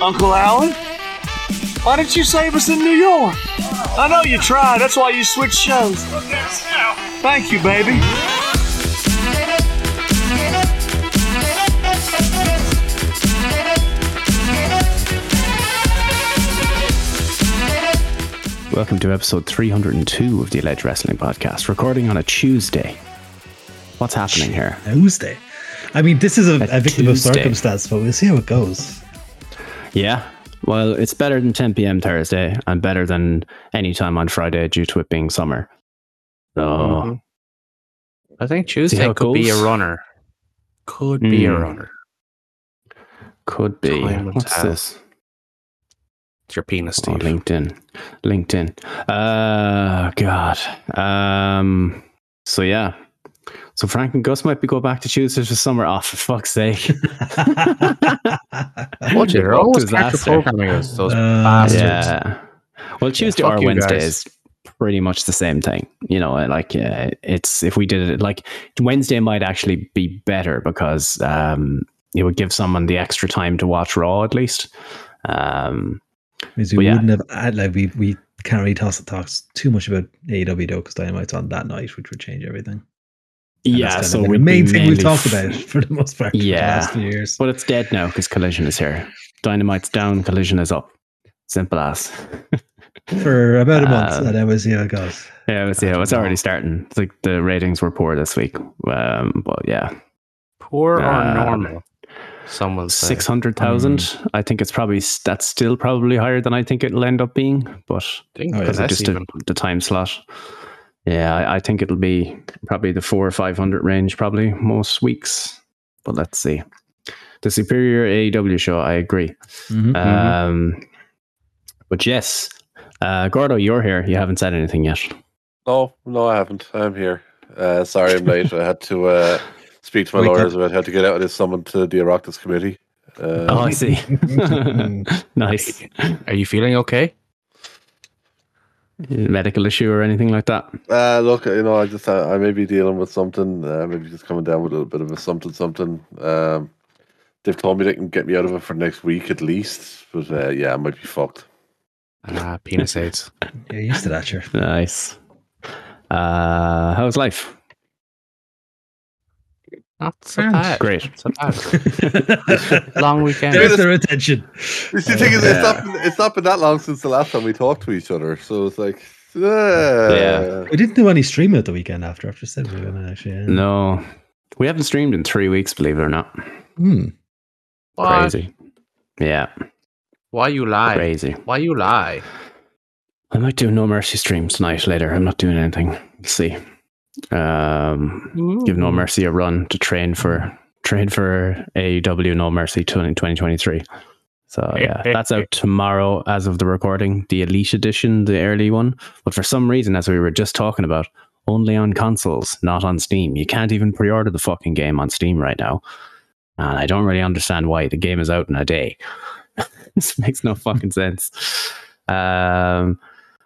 Uncle Alan. Why didn't you save us in New York? I know you tried. That's why you switched shows. Thank you, baby. Welcome to episode 302 of the Alleged Wrestling Podcast, recording on a Tuesday. What's happening here? Tuesday. I mean, this is a, A a victim Tuesday. of circumstance, but we'll see how it goes. Yeah, well, it's better than 10 p.m. Thursday and better than any time on Friday due to it being summer. So, I think Tuesday how it could be a goes? runner. Hmm. Could be a Mm. runner. could be. Time will What's tell. this? It's your penis, Oh, Steve. LinkedIn. LinkedIn. Uh, God. Um, so, yeah. So, Frank and Gus might be going back to Tuesdays for summer off, for fuck's sake. Watch it. They're always Disaster. programming us, those Uh, bastards. Yeah. Well, Tuesday fuck or you Wednesday guys. is pretty much the same thing. You know, uh, like uh, it's if we did it like Wednesday might actually be better because um, it would give someone the extra time to watch Raw at least. Um, Means we But yeah. wouldn't have had, like we we can't really toss talk too much about AEW though because Dynamite's on that night, which would change everything. And that's yeah, kind of so been we'd the main be thing we mainly talked f- about for the most part. for the Yeah. last few years. But it's dead now because Collision is here. Dynamite's down, Collision is up. Simple as. for about a month, Um, and then we'll see how it goes. yeah, it's, yeah, it's already starting. It's like the ratings were poor this week. Um, but yeah, Poor Uh, or normal? Some will say. Six hundred thousand. I think it's probably s- that's still probably higher than I think it'll end up being, but think Oh, yeah, because of less just the, even. the time slot. Yeah, I, I think it'll be probably the four or five hundred range probably most weeks. But let's see. The superior AEW show, I agree. Mm-hmm. Um, but yes, uh, Gordo, you're here. You haven't said anything yet. No, no, I haven't. I'm here. Uh, sorry, I'm late. I had to uh, speak to my Wake up. lawyers about how to get out of this summon to the Oireachtas committee. Oh, Uh, I see. Mm-hmm. nice Are you feeling okay? medical issue or anything like that. uh, look, you know, I just I, I may be dealing with something. Uh, maybe just coming down with a little bit of a something, something. Um, they've told me they can get me out of it for next week at least, but uh, yeah, I might be fucked. Ah, penis aids. You're used to that, sure. Nice. Uh, how's life? Not so Sounds bad. great. Not So bad. Long weekend. There's their attention. You see, the thing is, it's not, been, it's not been that long since the last time we talked to each other, so it's like, uh, yeah, We didn't do any stream at the weekend after. I've just said we were going to actually. yeah. No, we haven't streamed in three weeks, believe it or not. Hmm. Why? Crazy. Yeah, Why you lie? crazy. Why you lie? I might do no mercy streams tonight later. I'm not doing anything. We'll see. Um, give Hmm. no mercy a run to train for train for AEW No Mercy 20- 2023. So yeah, that's out tomorrow as of the recording, the Elite edition, the early one. But for some reason, as we were just talking about, only on consoles, not on Steam. You can't even pre-order the fucking game on Steam right now. And I don't really understand why the game is out in a day. this makes no fucking sense. Um,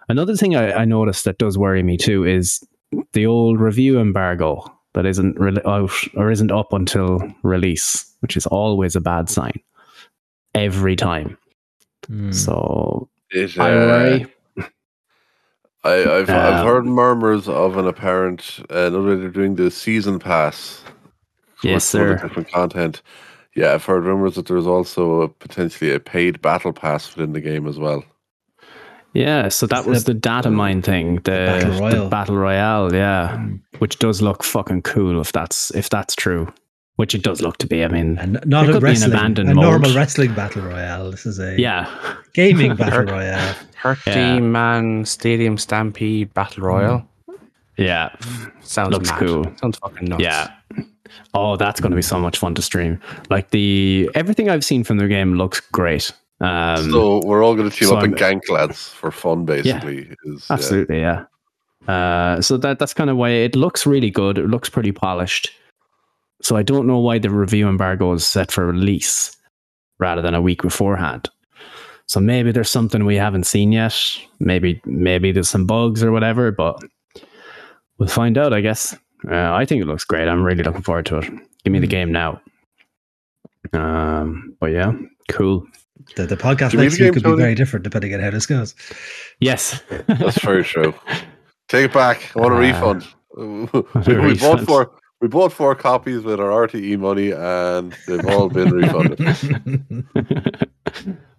another thing I, I noticed that does worry me too is the old review embargo that isn't re- out or isn't up until release, which is always a bad sign every time. Hmm. So It, I uh, worry. I, I've, I've Um, heard murmurs of an apparent uh, another way they're doing the season pass. for Yes, some of the sir. Different content. Yeah, I've heard rumors that there's also a, potentially a paid battle pass within the game as well. Yeah, so that Is was the- the data mine thing, the Battle the Royale. Hmm. battle royale, yeah, which does look fucking cool if that's if that's true, which it does look to be. I mean, And not There a could be an wrestling, abandoned a normal mode. wrestling battle royale. This is a yeah, gaming battle royale. 30 Yeah. man Mm. stadium stampede battle royal. yeah, Sounds Looks mad. cool. Sounds fucking nuts. yeah. Oh, that's going to be so much fun to stream. Like the everything I've seen from the game looks great. Um, so we're all going to team so up I'm- and gank lads for fun, basically. is, yeah. Absolutely, yeah. Uh, so that that's kind of why it looks really good. It looks pretty polished. So I don't know why the review embargo is set for release rather than a week beforehand. So maybe there's something we haven't seen yet. Maybe maybe there's some bugs or whatever, but we'll find out, I guess. Uh, I think it looks great. I'm really looking forward to it. Give me the game now. Um, but yeah, cool. The, the podcast Do we next week have a game, could Tony? be very different depending on how this goes. Yes. That's very true. Take it back. I want a Ah. refund. we, we bought refund. four. We bought four copies with our RTE money, and they've all been Hmm. refunded.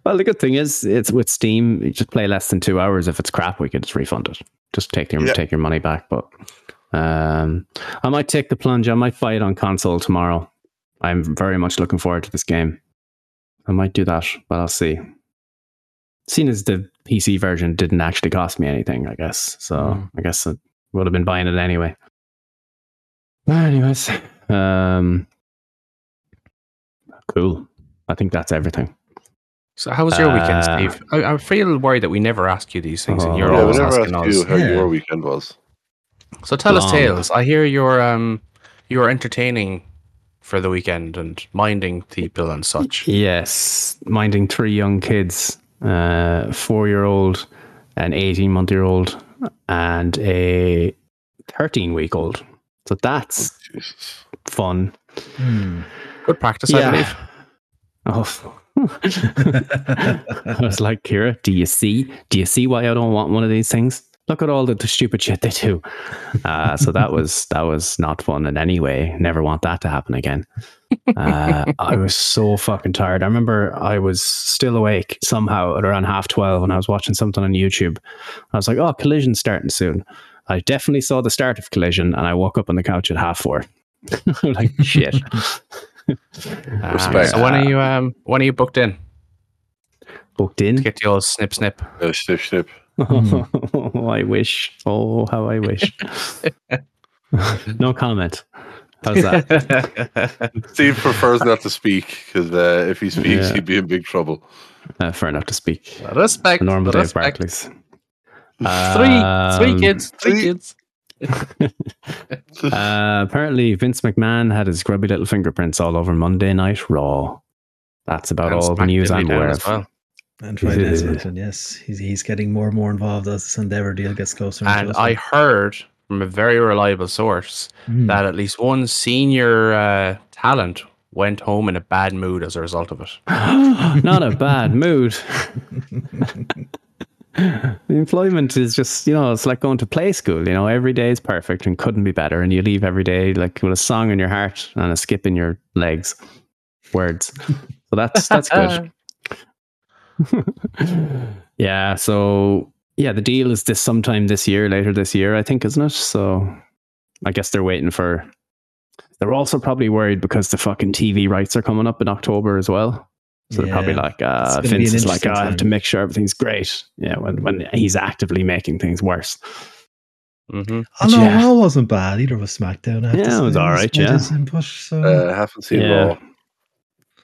well, the good thing is, it's with Steam. You just play less than two hours. If it's crap, we can just refund it. Just take your Yeah. take your money back. But um, I might take the plunge. I might buy it on console tomorrow. I'm very much looking forward to this game. I might do that, but I'll see. Seeing as the PC version didn't actually cost me anything, I guess. So Mm. I guess I would have been buying it anyway. Anyways, um, cool. I think that's everything. So how was your Uh, weekend, Steve? I, I feel worried that we never ask you these things, and Oh, you're yeah, we always never asking asked us. you how Yeah. your weekend was. So tell us Long. tales. I hear you're um you're entertaining for the weekend and minding people and such. Yes, minding three young kids, uh, four-year-old, an eighteen-month-year-old, and a thirteen-week-old. So that's Oh, Jesus. fun. Hmm. Good practice, I believe. Oh. I was like, Kira, do you see? Do you see why I don't want one of these things? Look at all the, the stupid shit they do. Uh, so that was that was not fun in any way. Never want that to happen again. Uh, I was so fucking tired. I remember I was still awake somehow at around half twelve, and I was watching something on YouTube. I was like, "Oh, collision's starting soon." I definitely saw the start of collision, and I woke up on the couch at half four. I'm like shit. Uh, Respect. So when are you um when are you booked in booked to in? get the old snip snip? Uh, snip, snip. Oh, I wish. Oh, how I wish. no comment. How's that? Steve prefers not to speak because uh, if he speaks, Yeah. he'd be in big trouble. Uh, fair enough to speak. respect. A normal day at respect. Barclays. Three, three Um, kids, three three- kids. Uh, apparently, Vince McMahon had his grubby little fingerprints all over Monday Night Raw. That's about And all the smack news Diddley I'm down aware as of. well. and Friday Night's Mansion, yes, he's he's getting more and more involved as this Endeavor deal gets closer. And closer. I heard from a very reliable source Hmm. that at least one senior uh, talent went home in a bad mood as a result of it. Not a bad mood. Employment is just, you know, it's like going to play school. You know, every day is perfect and couldn't be better. And you leave every day like with a song in your heart and a skip in your legs. Words. So that's that's good. yeah. So yeah, the deal is this sometime this year, later this year, I think, isn't it? So I guess they're waiting for. They're also probably worried because the fucking TV rights are coming up in October as well. So they're probably Yeah. like, uh, gonna be Vince an is like, interesting "Oh, I have to time." make sure everything's great. Yeah, when, when he's actively making things worse. Mm-hmm. hmm Oh no, Yeah. Raw wasn't bad. Either was SmackDown. I have to Yeah, it say. was all right, yeah. Spiders and Bush, so- Uh, haven't seen Mm. Yeah. Raw.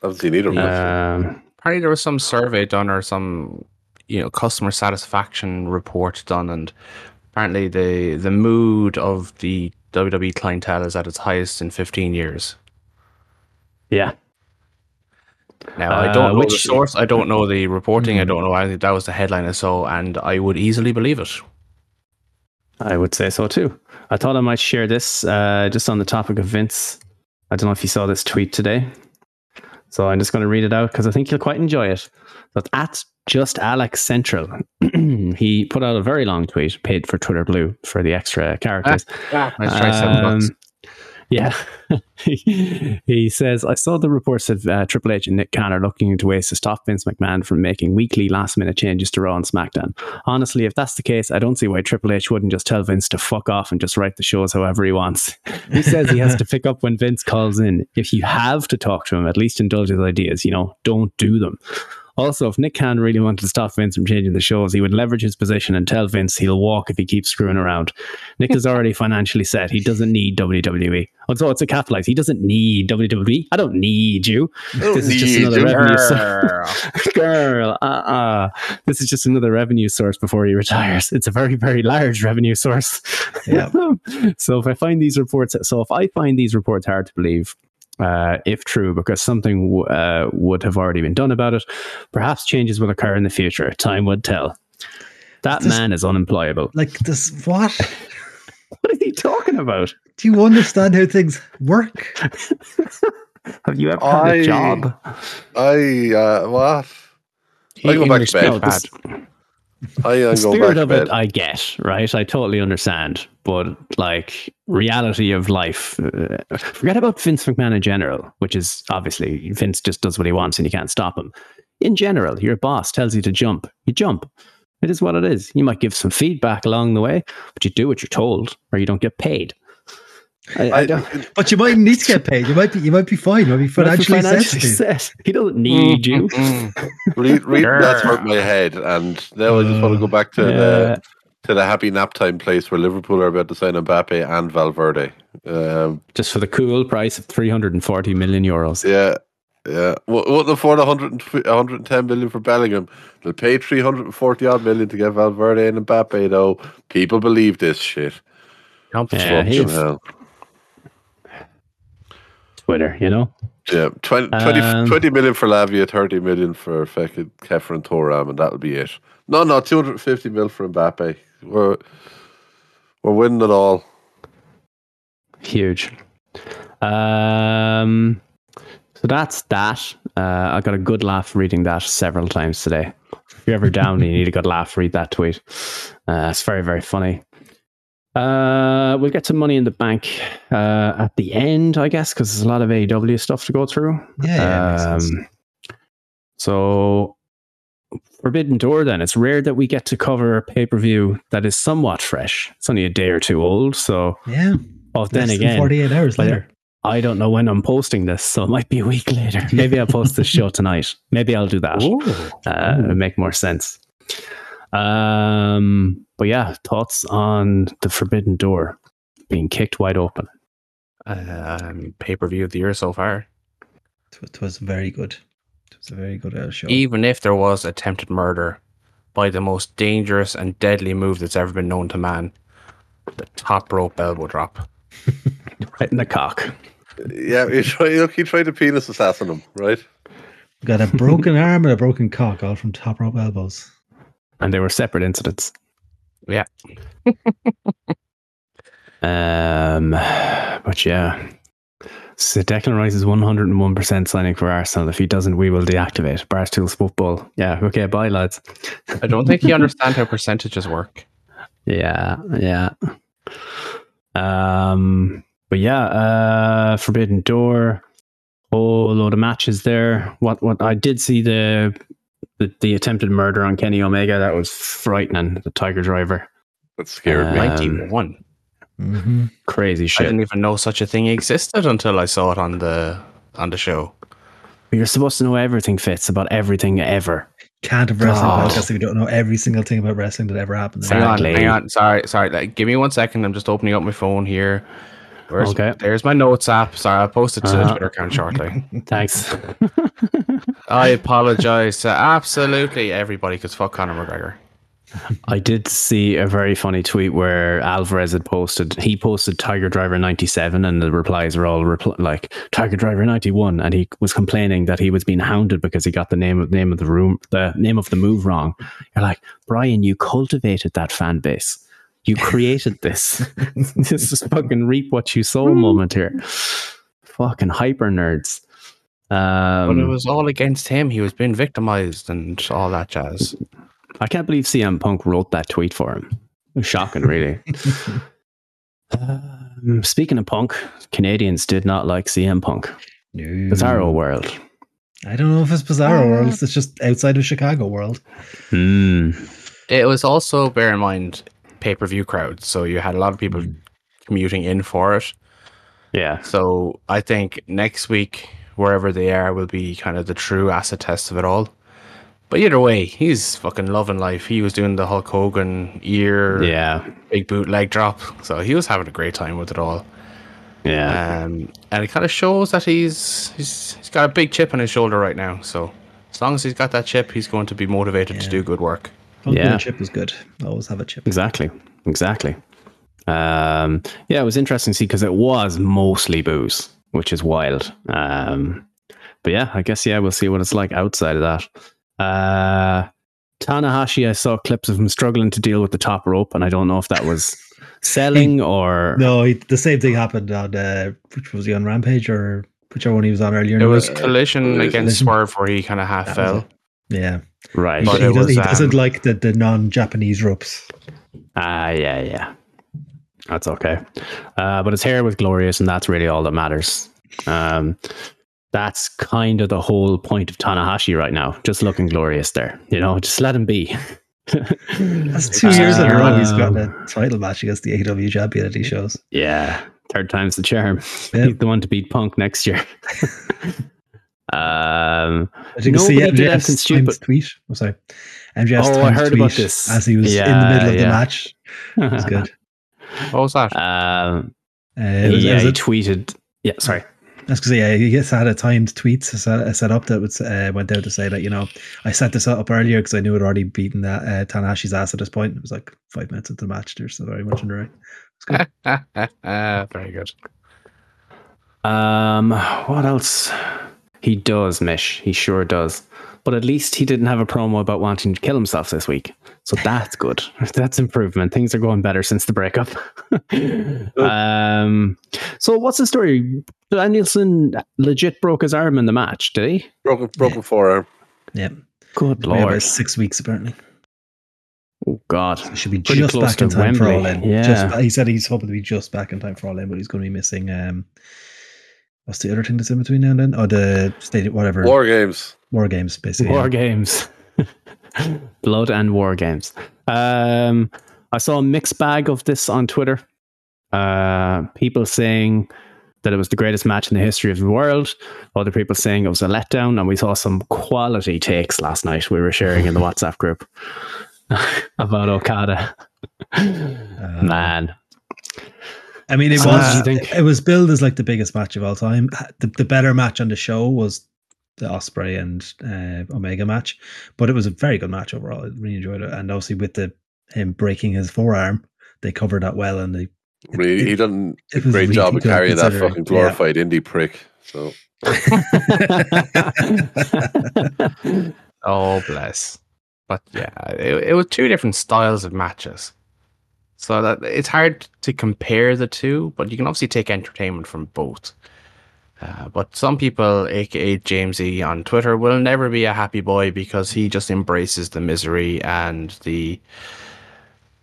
Haven't seen either of them. Um, Apparently, there was some survey done or some, you know, customer satisfaction report done, and apparently the the mood of the WWE clientele is at its highest in 15 years. yeah. Now, I Uh, don't know the which- Hmm. source, I don't know the reporting, I Mhm. don't know. I think that was the headline I saw, and I would easily believe it. I would say so too. I thought I might share this uh, just on the topic of Vince. I don't know if you saw this tweet today. So I'm just going to read it out because I think you'll quite enjoy it. But at just Alex Central, he put out a very long tweet, paid for Twitter Blue for the extra characters. Ah, Nice try, seven bucks. Um, Yeah. he says, I saw the reports of uh, Triple H and Nick Khan are looking into ways to stop Vince McMahon from making weekly last minute changes to Raw and SmackDown. Honestly, if that's the case, I don't see why Triple H wouldn't just tell Vince to fuck off and just write the shows however he wants. he says he has to pick up when Vince calls in. If you have to talk to him, at least indulge his ideas, you know, don't do them. Also, if Nick Khan really wanted to stop Vince from changing the shows, he would leverage his position and tell Vince he'll walk if he keeps screwing around. Nick is already financially set. He doesn't need WWE. Also, it's a capitalized. He doesn't need WWE. I don't need you. This is just another revenue source. Girl, uh uh This is just another revenue source before he retires. It's a very, very large revenue source. Yeah. so if I find these reports, so if I find these reports hard to believe, uh, if true, because something w- uh, would have already been done about it, perhaps changes will occur in the future. Time would tell. That This- man is unemployable. like this, what? What is he talking about? Do you understand how things work? Have you ever I- I uh, what? I go in back to respect- bed. no, this- I am the going back spirit to of bed. it, I get, right? I totally understand. But like reality of life, uh, forget about Vince McMahon in general, which is obviously Vince just does what he wants and you can't stop him. In general, your boss tells you to jump, you jump. It is what it is. You might give some feedback along the way, but you do what you're told, or you don't get paid. I, I I- don't. But you might need to get paid. You might be you might be fine. You might be financially, financially sensitive. set. He doesn't need you. read, read that's Grr. hurt my head, and now I just want to go back to Yeah. the to the happy nap time place where Liverpool are about to sign Mbappe and Valverde. Um, Just for the cool price of 340 million euros. yeah, yeah. What well, they'll afford 100 and tw- 110 million for Bellingham. They'll pay 340 odd million to get Valverde and Mbappe, though. People believe this shit. Yeah, Fucking he's- hell. Twitter, you know? Yeah, 20, 20, Um, 20 million for Lavia, 30 million for fucking Kefir and Toram, and that'll be it. No, no, 250 mil for Mbappe. We're, we're winning it all. Huge. Um, so that's that. Uh, I got a good laugh reading that several times today. If you're ever down and you need a good laugh, read that tweet. Uh, it's very, very funny. Uh, we'll get some money in the bank uh, at the end, I guess, because there's a lot of AEW stuff to go through. Yeah, yeah, makes sense. Um, so, Forbidden Door, then. It's rare that we get to cover a pay per view that is somewhat fresh. It's only a day or two old. So, yeah. oh, then less than again, 48 hours But- later. I don't know when I'm posting this, so it might be a week later. Maybe I'll post this show tonight. Maybe I'll do that. Uh, it'll make more sense. Um, but yeah, thoughts on the forbidden door being kicked wide open. Um, pay per view of the year so far. It was very good. It was a very good uh, show. E- Even if there was attempted murder by the most dangerous and deadly move that's ever been known to man, the top rope elbow drop. Right in the cock. Yeah, he tried, look, he tried to penis assassin him, right? Got a broken arm and a broken cock, all from top rope elbows. And they were separate incidents. Yeah. um but yeah. So Declan Rice is 101% signing for Arsenal. If he doesn't, we will deactivate. Barstool's football. Yeah, okay, bye, lads. I don't think you understand how percentages work. Yeah, yeah. Um, but yeah, uh, Forbidden Door, whole load of matches there. What what I did see the the, the attempted murder on Kenny Omega that was frightening. The Tiger Driver, That scared me. Um, 91. Mm-hmm. crazy I shit. didn't even know such a thing existed until I saw it on the on the show. You're supposed to know everything fits about everything ever. Can't have wrestling God. podcast if we don't know every single thing about wrestling that ever happened. Hang on, Exactly. hang on. Sorry, sorry. Like, give me one second. I'm just opening up my phone here. Where's, Okay. There's my notes app. Sorry, I'll post it to the Uh-huh. Twitter account shortly. Thanks. I apologize to absolutely everybody because fuck Conor McGregor. I did see a very funny tweet where Alvarez had posted. He posted Tiger Driver ninety seven, and the replies were all repl- like Tiger Driver ninety one, and he was complaining that he was being hounded because he got the name of name of the room, the name of the move wrong. You're like Brian, you cultivated that fan base. You created this. this is fucking reap what you sow Hmm. moment here. Fucking hyper nerds. Um, but it was all against him. He was being victimized and all that jazz. I can't believe CM Punk wrote that tweet for him. It was shocking, really. um, speaking of Punk, Canadians did not like CM Punk. No. Bizarro Hmm. world. I don't know if it's Bizarro World. It's just outside of Chicago World. Hmm. It was also, bear in mind, pay per view crowds. So you had a lot of people Mm-hmm. commuting in for it. Yeah. So I think next week, wherever they are, will be kind of the true acid test of it all. But either way, he's fucking loving life. He was doing the Hulk Hogan ear, Yeah. big boot leg drop. So he was having a great time with it all. Yeah. Um, and it kind of shows that he's, he's he's got a big chip on his shoulder right now. So as long as he's got that chip, he's going to be motivated to Yeah. do good work. Punk with Yeah. a chip is good. Always have a chip. Exactly. Exactly. Um, yeah, it was interesting to see because it was mostly booze, which is wild. Um, but yeah, I guess yeah, we'll see what it's like outside of that. Uh, Tanahashi, I saw clips of him struggling to deal with the top rope, and I don't know if that was selling or No, he, the same thing happened on uh, which was he on Rampage or whichever one he was on earlier. in It the was week. collision uh, against collision. Swerve where he kind of half That was fell. it. Yeah. Right. He, But he it does, was, he doesn't um, like the, the non Japanese ropes. Ah, yeah, yeah. That's okay. Uh, but it's here with Glorious, and that's really all that matters. Um, that's kind of the whole point of Tanahashi right now. Just looking glorious there. You know, just let him be. That's two years in a row he's got Um, a title match against the AW champion that he shows. Yeah. Third time's the charm. Yeah. He's the one to beat Punk next year. um, As you can see, Nobody did MJF's anything stupid. timed tweet. I'm sorry. MJF's Oh, I timed heard tweet about this. as he was in the Yeah, middle of the yeah. match. It was good. What was that? Um, Uh, it was, yeah, it was he a- tweeted. Yeah, sorry. I was gonna say, I guess I had a timed tweet set, uh, set up that was, uh, went out to say that you know I set this up earlier because I knew it already beaten that uh, Tanahashi's ass at this point. It was like five minutes into the match, they're still very much in the right. Very good. Um, what else? He does, Mish. He sure does. But at least he didn't have a promo about wanting to kill himself this week. So that's good. that's improvement. Things are going better since the breakup. um, so what's the story? Danielson legit broke his arm in the match, did he? Broken, broken forearm. Yeah, Good Only about lord. six weeks apparently. Oh, God. He should be Pretty just close back in to time for Wembley, all in. yeah. Just, ba- he said he's hoping to be just back in time for all in, but he's going to be missing. um What's the other thing that's in between now and then? Oh, the stadium, whatever. War, War games. games, basically. War games. Blood and war games. Um, I saw a mixed bag of this on Twitter. Uh, people saying that it was the greatest match in the history of the world. Other people saying it was a letdown. And we saw some quality takes last night we were sharing in the WhatsApp group about Okada. Yeah. Uh, Man. I mean, it So what was did you think? it was billed as like the biggest match of all time. The, the better match on the show was the Osprey and uh, Omega match, but it was a very good match overall. I really enjoyed it, and obviously with the him breaking his forearm, they covered that well, and they Really, he done a it was great really job of good carrying that considering- fucking yeah. glorified indie prick. So Oh, bless. But yeah, it, it was two different styles of matches. So that it's hard to compare the two, but you can obviously take entertainment from both. Uh, but some people, aka Jamesy E on Twitter, will never be a happy boy because he just embraces the misery and the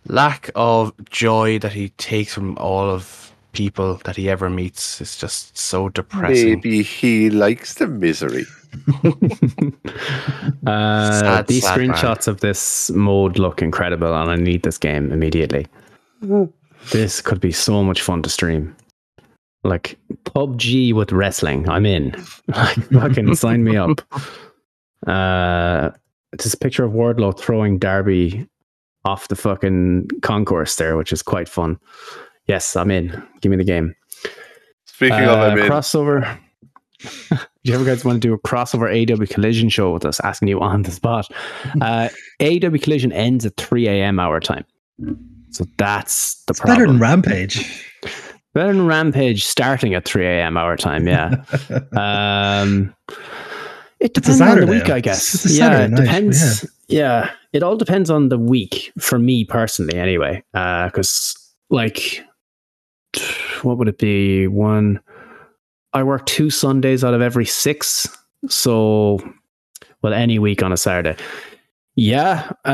lack of joy that he takes from all of people that he ever meets. It's just so depressing. maybe he likes the misery. Uh, Sad, these sad man. screenshots of this mode look incredible, and I need this game immediately. this could be so much fun to stream. Like PUBG with wrestling, I'm in. Like, fucking sign me up. Uh, this picture of Wardlow throwing Darby off the fucking concourse there, which is quite fun. Yes, I'm in. Give me the game. Speaking of, Uh, I mean, crossover. do you ever guys want to do a crossover AW Collision show with us? Asking you on the spot. Uh, AW Collision ends at 3 a.m. our time, so that's the It's problem. better than Rampage. Better than Rampage starting at 3 a.m. our time. Yeah. um, it It's a depends on the Saturday. week, I It's- guess. it's a yeah, Saturday it night, depends. Yeah. it all depends on the week for me personally, anyway. Because like, what would it be? One, I work two Sundays out of every six. So, well, any week on a Saturday. Yeah, uh,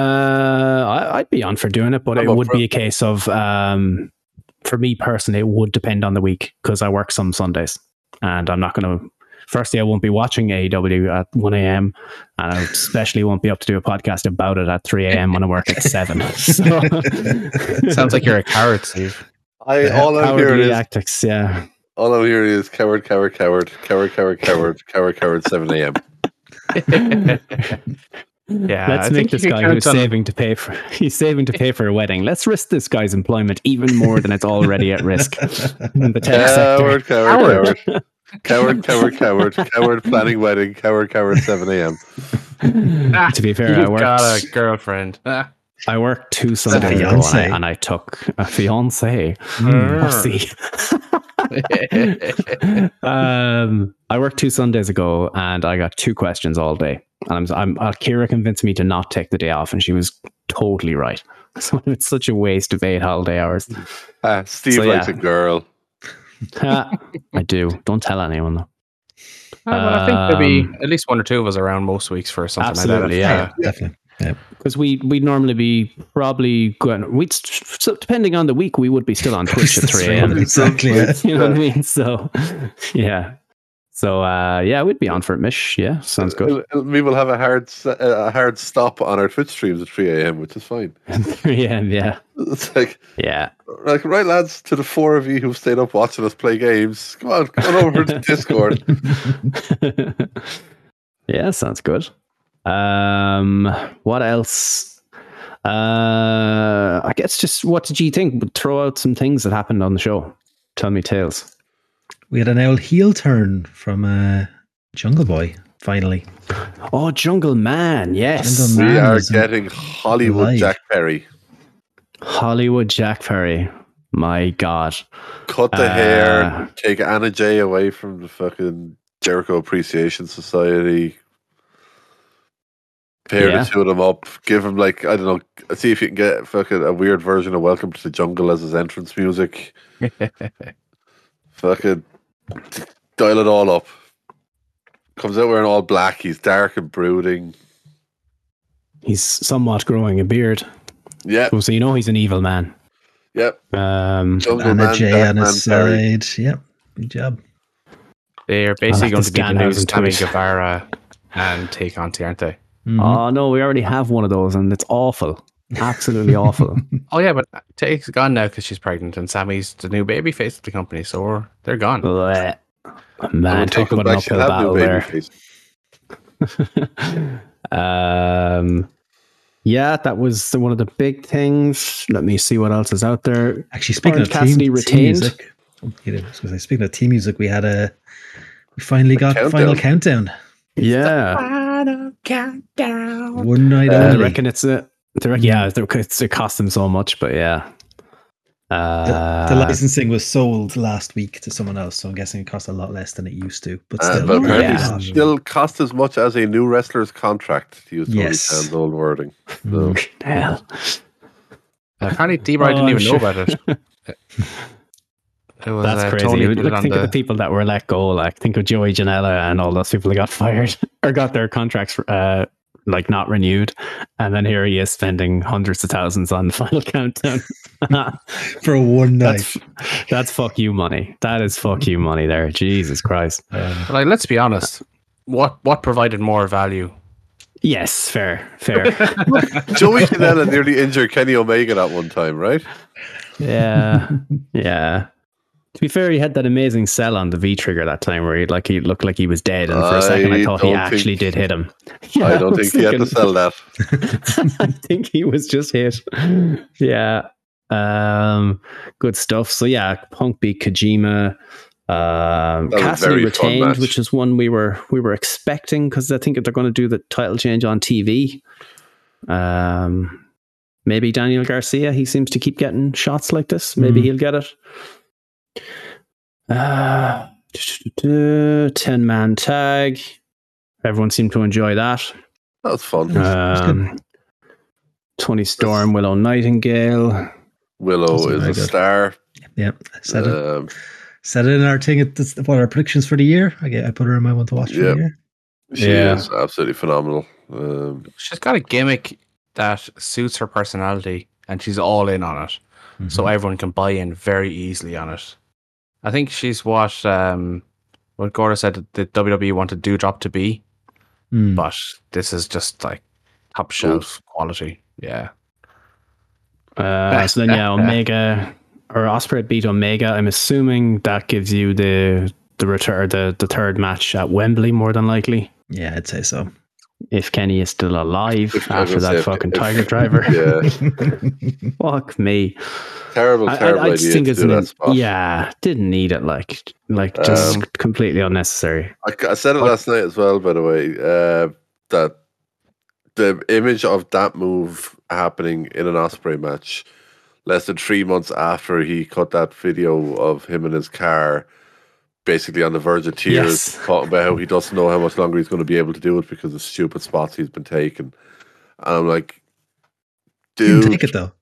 I, I'd be on for doing it, but I'm it up would for it. be a case of, um, for me personally, it would depend on the week because I work some Sundays and I'm not going to. Firstly, I won't be watching AEW at 1 a.m. and I especially won't be up to do a podcast about it at 3 a.m. when I work at 7. So, Sounds like you're a carrot, Steve. I all I hear cowardly is tactics, yeah. all I hear is coward, coward, coward, coward, coward, coward, coward, coward. Seven a.m. yeah, Let's I make think this you can guy count who's on- saving to pay for he's saving to pay for a wedding. Let's risk this guy's employment even more than it's already at risk in the tech sector. Coward, coward, coward, coward, coward, coward, coward. Planning wedding, coward, coward. Seven a.m. Ah, to be fair, I You've got worked a girlfriend. Ah. I worked two a Sundays ago and I, fiancé? and I took a fiance. Hmm. Mm. Pussy. Uh, um, I worked two Sundays ago and I got two questions all day. And I'm, I'm uh, Kira convinced me to not take the day off, and she was totally right. So it's such a waste of eight holiday hours. Ah, Steve So, likes yeah. a girl. Ah, I do. Don't tell anyone though. Uh, well, I think there'll Um, be at least one or two of us around most weeks for something like that. Absolutely, yeah. definitely. Because we we'd normally be probably going. We so depending on the week, we would be still on Twitch at three a.m. Exactly. yeah. you know what I mean? So, yeah. So, uh, yeah, we'd be on for it, Mish. Yeah, sounds good. It'll- it'll- Uh, We will have a hard s- a hard stop on our Twitch streams at 3 a.m., which is fine. yeah, yeah, It's like, yeah. like, right, lads, to the four of you who've stayed up watching us play games, come on, come on over to Discord. yeah, sounds good. Um, what else? Uh, I guess just what did you think? But Throw out some things that happened on the show. Tell me tales. We had an old heel turn from uh, Jungle Boy. Finally, Oh, Jungle Man. Yes. Jungle Man. We are is getting Hollywood alive. Jack Perry. Hollywood Jack Perry. My God. Cut the Uh, hair, take Anna Jay away from the fucking Jericho Appreciation Society. Pair Yeah. the two of them up. Give him like I don't know. See if you can get fucking a weird version of Welcome to the Jungle as his entrance music. Fucking dial it all up. Comes out wearing all black. He's dark and brooding. He's somewhat growing a beard. Oh, Yep, So you know he's an evil man. yep. Um, Jungle Anna Man, Jay Dark on Man his Perry. side. Yep, good job. They're basically like going the to be Scanhausen the new Sammy tweet. Guevara and Take Auntie, aren't they? Mhm. Oh no, we already have one of those, and it's awful. Absolutely awful. Oh yeah, but Take's gone now because she's pregnant, and Sammy's the new baby face of the company, so we're, they're gone. Blech. Someone Man, took talk him about an back, she'll uphill have battle no there. babyface. um, yeah, that was the- one of the big things. Let me see what else is out there. Actually, speaking Orange of team, Cassidy team retained. music, oh, you know, I was gonna say, speaking of team music, we had a we finally got countdown. final countdown. Yeah, One night Uh, I only. reckon it's a. They reckon, yeah, they're- it's, it cost them so much, but yeah. Uh, the licensing was sold last week to someone else, so I'm guessing it cost a lot less than it used to. But Uh, still, but apparently, yeah. it's still cost as much as a new wrestler's contract. To use Tony Yes. Khan's old wording. So, Mm. Uh, hell. Uh, Apparently, D-Rod Oh, didn't even shit. know about it. It was, That's uh, crazy. Tony Look- put it look- on think the, of the people that were let go. Like think of Joey Janela and all those people that got fired or got their contracts uh, like not renewed, and then here he is spending hundreds of thousands on the final countdown. for one night. that's that's fuck you money. That is fuck you money. There, Jesus Christ. Uh, But, like, let's be honest. What what provided more value? Yes, fair, fair. Joey Janela nearly injured Kenny Omega that one time, right? yeah, yeah. To be fair, he had that amazing sell on the V trigger that time where he like he looked like he was dead, and for a second I I thought he don't think- actually did hit him. I don't think he had to the sell that. I think he was just hit. Yeah. Um, good stuff. So yeah, Punk beat Kojima. Um, That was Cassidy very fun retained, match. which is one we were we were expecting because I think they're going to do the title change on TV. Um, maybe Daniel Garcia. He seems to keep getting shots like this. Maybe Mm. he'll get it. Uh, ten man tag. Everyone seemed to enjoy that. That was fun. That's good. Um, Tony Storm, Willow Nightingale. Willow That's is very a good. star. yeah, I said it. Um, Said it in our thing. At this, what our predictions for the year? I, get, I put her in my one to watch for Yeah. the year. she Yeah. is absolutely phenomenal. Um, She's got a gimmick that suits her personality, and she's all in on it. so Mm-hmm. everyone can buy in very easily on it. I think she's what um, what Gorda said that the WWE wanted Dewdrop to be, Mhm. Mm. but this is just like top shelf quality. Yeah, Uh, so then, yeah, Omega or Osprey beat Omega. I'm assuming that gives you the the return the the third match at Wembley, more than likely, yeah, I'd say so. if Kenny is still alive If- I was after gonna say that if- fucking if- Tiger Driver. yeah, Fuck me. terrible, I, terrible I, I idea just think to it's do an, that spot. yeah, didn't need it. Like like just Um, completely unnecessary. I, I said it last night as well. By the way, uh, that the image of that move happening in an Osprey match, less than three months after he cut that video of him in his car, basically on the verge of tears, Yes. talking about how he doesn't know how much longer he's going to be able to do it because of stupid spots he's been taking. And I'm like, Didn't dude, take it though.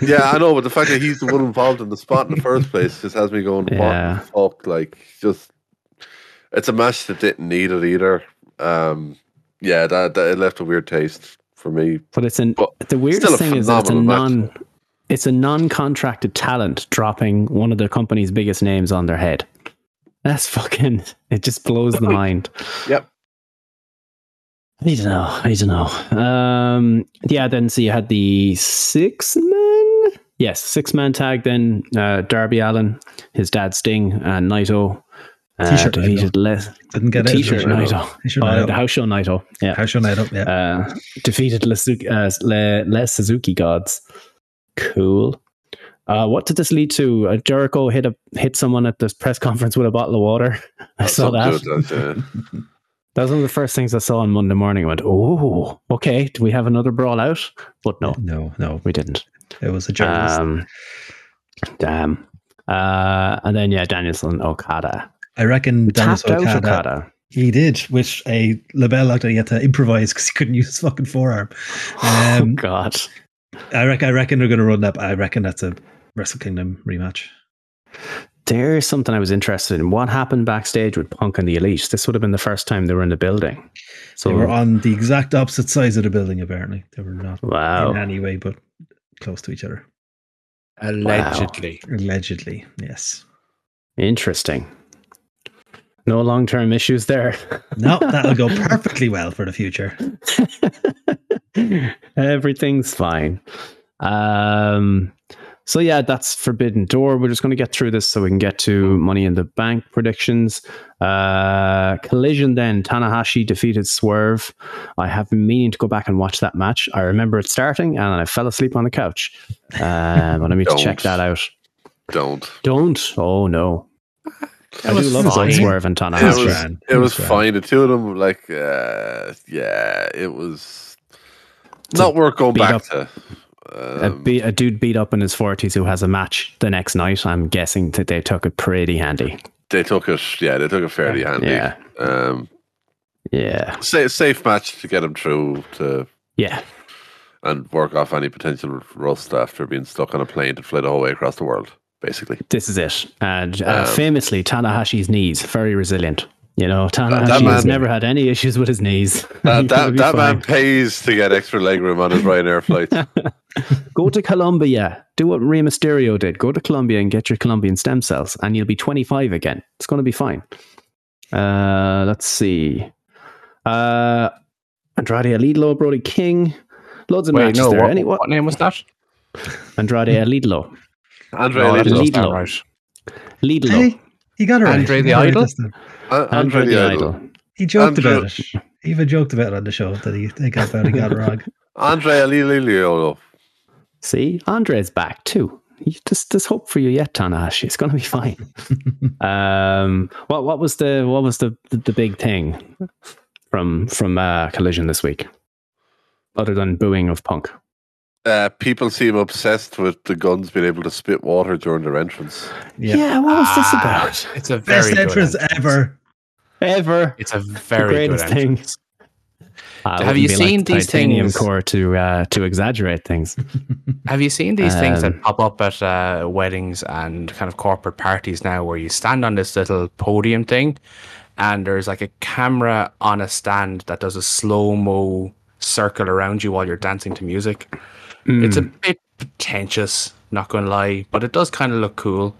yeah, I know, but the fact that he's the one involved in the spot in the first place just has me going, what Yeah. the fuck? Like, just it's a match that didn't need it either. Um, yeah, that, that it left a weird taste for me. But it's an But the weirdest still a thing is that it's a phenomenal match. non it's a non-contracted talent dropping one of the company's biggest names on their head. That's fucking it just blows the mind. Yep. I need to know. I need to know. Um yeah, then so you had the six man Yes, six man tag then uh Darby Allen, his dad Sting, and Naito. Uh, T-shirt Naito. defeated Les- Didn't get it. T-shirt Night Uh, Naito. T-shirt Oh, night the up. house show Naito. Yeah House show night up. Yeah. uh, defeated Les, uh, Le, Les Suzuki gods. Cool. Uh, what did this lead to? Uh, Jericho hit a hit someone at this press conference with a bottle of water. I saw Something that. to it, that's, yeah. That was one of the first things I saw on Monday morning. I went, oh, okay. Do we have another brawl out? But no, No, no, we didn't. it was a journalist. Um, damn. Uh, and then yeah, Danielson Okada. I reckon Dennis Tapped out Okada, Okada. He did, which a Lebel looked like he had to improvise because he couldn't use his fucking forearm. oh Um, God. I reckon. I reckon they're going to run that. I reckon that's a Wrestle Kingdom rematch. There's something I was interested in. What happened backstage with Punk and the Elite? This would have been the first time they were in the building. So They were on the exact opposite sides of the building. Apparently, they were not in wow, any way, but close to each other. Allegedly. Allegedly, yes. interesting. No long-term issues there. No, that'll go perfectly well for the future. Everything's fine. Um, so yeah, that's Forbidden Door. We're just going to get through this so we can get to Money in the Bank predictions. Uh, collision then Tanahashi defeated Swerve. I have been meaning to go back and watch that match. I remember it starting and I fell asleep on the couch. Uh, but I need to check Don't. that out. Don't. Don't. Oh no. I do was love fine. old Swerve and It Tanahashi. was, grand. it It was was grand. fine. The two of them, like, uh, yeah, it was not worth going beat back up- to. a, Um, be- a dude beat up in his 40s who has a match the next night. I'm guessing that they took it pretty handy. they took it, yeah, they took it fairly handy. Yeah. Um, Yeah. safe, safe match to get them through to Yeah. and work off any potential rust after being stuck on a plane to fly the whole way across the world, basically. This is it. And uh, Um, famously, Tanahashi's knees, very resilient. You know, Tanahashi that has man- never had any issues with his knees. Uh, That, He'll that, be that fine. man pays to get extra legroom on his Ryanair flight. Go to Colombia. Do what Rey Mysterio did. Go to Colombia and get your Colombian stem cells, and you'll be 25 again. It's going to be fine. Uh, let's see. Uh, Andrade Alidlo, Brody King. Loads of Wait, matches no. there. What, Any, what name was that? Andrade Alidlo. Andre, No, that Lidl. doesn't Lidl. sound right. Lidlo. Hey, he got it right. Andre He the got it Idol? this time. Uh, Andre, the Idol. He joked Andre- about it. He even joked about it on the show that he they got about he got it wrong. Andre Alilio. See, Andre's back too. He- There's, there's hope for you yet, Tanahashi. It's going to be fine. um, what what was the what was the, the, the big thing from from uh, Collision this week, other than booing of Punk? Uh, people seem obsessed with the guns being able to spit water during their entrance. Yeah. what was this Ah, about? It's a very Best good entrance entrance. ever. Ever It's a very good greatest thing. entrance. I Have wouldn't you be seen the these titanium things? core to uh, to exaggerate things? Have you seen these things Um, that pop up at uh, weddings and kind of corporate parties now where you stand on this little podium thing and there's like a camera on a stand that does a slow mo circle around you while you're dancing to music? It's a bit pretentious, not going to lie, but it does kind of look cool.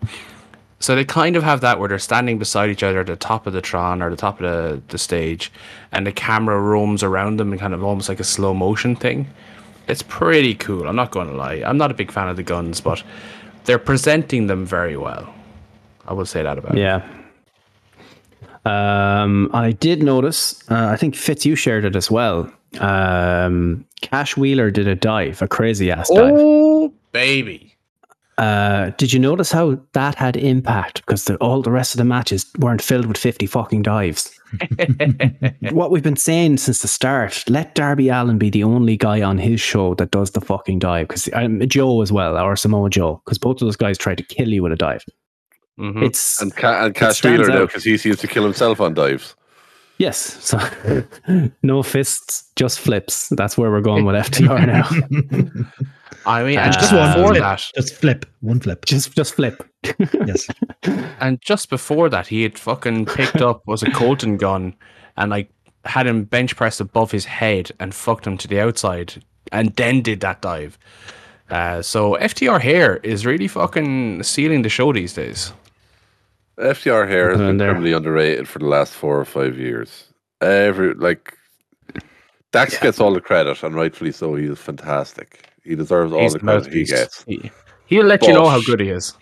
So they kind of have that where they're standing beside each other at the top of the Tron or the top of the, the stage, and the camera roams around them in kind of almost like a slow motion thing. It's pretty cool, I'm not going to lie. I'm not a big fan of the guns, but they're presenting them very well. I will say that about it. Yeah. Um, I did notice, uh, I think Fitz, you shared it as well. Um, Cash Wheeler did a dive, a crazy ass dive. Oh, baby. Uh, did you notice how that had impact? Because the, all the rest of the matches weren't filled with 50 fucking dives. what we've been saying since the start let Darby Allen be the only guy on his show that does the fucking dive. Because um, Joe as well, or Samoa Joe, because both of those guys tried to kill you with a dive. Mhm. It's And, Ca- and Cash stands Wheeler now, out. because he seems to kill himself on dives. Yes. So no fists, just flips. That's where we're going with FTR now. I mean, Uh, and just just one before flip. that, Just flip. One flip. just just flip. yes. and just before that, he had fucking picked up was a Colton gun and like had him bench pressed above his head and fucked him to the outside, and then did that dive. Uh, so FTR here is really fucking sealing the show these days. FTR hair has Nothing in been there. criminally underrated for the last four or five years. Every like Dax gets all the credit, and rightfully so. He is fantastic. He deserves all He's the the credit he mouthpiece. gets. He, he'll let you know how Bosh. good he is.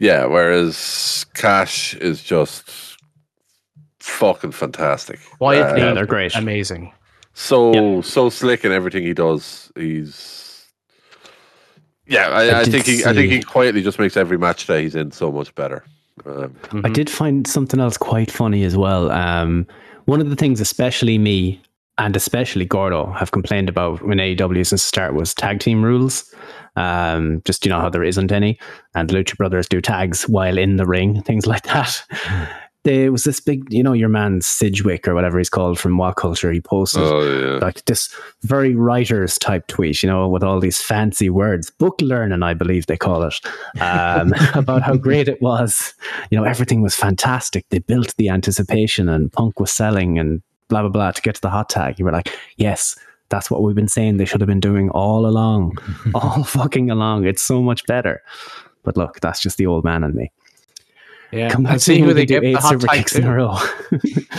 Yeah, whereas Cash is just fucking fantastic. Quietly, Yeah, Yeah, they're great. amazing. So so slick in everything he does. He's yeah, I, I I, did think he I think see- he quietly just makes every match that he's in so much better. Um, Mm-hmm. I did find something else quite funny as well. Um, one of the things, especially me and especially Gordo, have complained about when AEW since the start was tag team rules. Um, just you know how there isn't any, and Lucha Brothers do tags while in the ring, things like that. There was this big, you know, your man Sidgwick or whatever he's called from What Culture. He posted oh yeah, like this very writers type tweet, you know, with all these fancy words, book learning, I believe they call it, um, about how great it was. You know, everything was fantastic. They built the anticipation, and Punk was selling, and blah blah blah to get to the hot tag. You were like, yes. That's what we've been saying they should have been doing all along. all fucking along. It's so much better. But look, that's just the old man in me. Yeah, Come back and to see me who when they do give the eight hot super tag kicks in a to. row.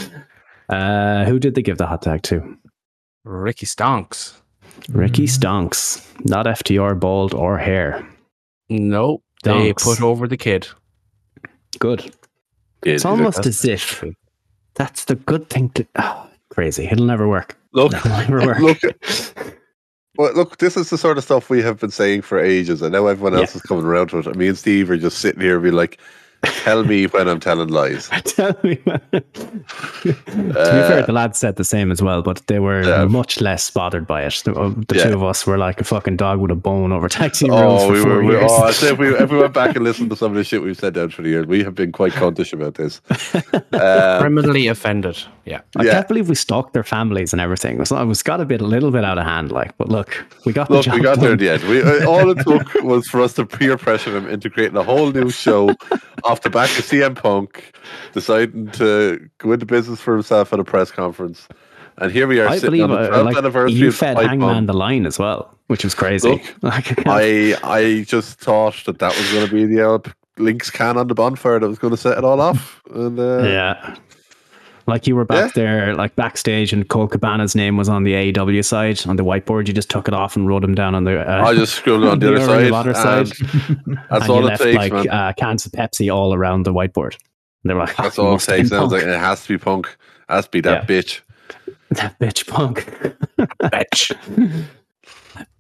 uh, who did they give the hot tag to? Ricky Stonks. Mm. Ricky Stonks, not FTR bald or hair. No, they Stonks. put over the kid. Good. Kid. It's almost as if that's the good thing to. Oh, crazy. It'll never work. look It'll never work. look Well, look, this is the sort of stuff we have been saying for ages, and now everyone else is coming around to it. And me and Steve are just sitting here and be like, "Tell me when I'm telling lies." Tell me. man. to be fair, the lads said the same as well, but they were Uh, Yeah. much less bothered by it. The, uh, the Yeah. two of us were like a fucking dog with a bone over taxi rules Oh, for we four were. We, years. oh, I say if we if we went back and listened to some of the shit we've said down through the years, we have been quite contish about this. Um, Criminally offended. Yeah. I yeah. can't believe we stalked their families and everything. It was, it was got a bit, a little bit out of hand, like. But look, we got the Look, job we got there done. in the end. We, uh, all it took was for us to peer pressure him into creating a whole new show off the back of CM Punk deciding to go into business for himself at a press conference. And here we are I sitting believe on the uh, 12th like, anniversary you of the fed pipe Hangman bomb. the line as well, which was crazy. Look, like, I I just thought that that was going to be the old Link's can on the bonfire that was going to set it all off. And uh, yeah. Like you were back there, like backstage, and Cole Cabana's name was on the AEW side on the whiteboard. You just took it off and wrote him down on the. Uh, I just scribbled on the the other area side. of other and that's and you all it left takes, like man. uh, cans of Pepsi all around the whiteboard. And they were like, that's "Ah, all it must have takes. been And I was like, Punk." it has to be Punk. It has to be that bitch. that bitch punk, Bitch.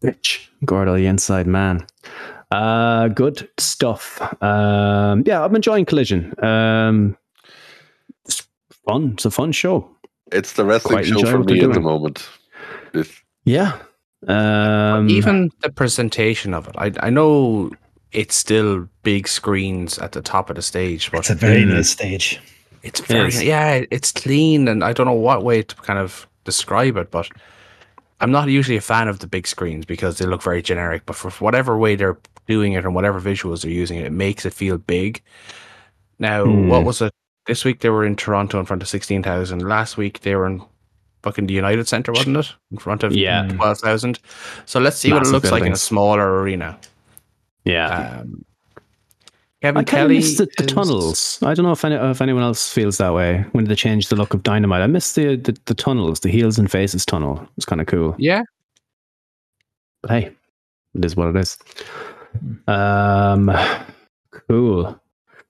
bitch, Gordo, the inside man. Uh, good stuff. Um, yeah, I'm enjoying Collision. Um, it's fun. It's a fun show. It's the wrestling Quite show enjoy for what they're me at the doing. moment. uh, It's- Yeah. Um, Even the presentation of it. I, I know it's still big screens at the top of the stage, but It's a very Mm. nice stage. it's very is. yeah, it's clean and I don't know what way to kind of describe it, but I'm not usually a fan of the big screens because they look very generic, but for whatever way they're doing it and whatever visuals they're using, it makes it feel big. Now, what Hmm. was it? This week they were in Toronto in front of 16,000. Last week they were in fucking the United Center, wasn't it? In front of Yeah. 12,000. So let's see what Massive it looks like in a buildings. smaller arena. yeah. Um, Kevin I kind of Kelly. miss the, the is- tunnels. I don't know if any, if anyone else feels that way when they changed the look of Dynamite. I miss the the, the tunnels, the heels and faces tunnel. It was kind of cool. Yeah. But hey, it is what it is. Um, cool.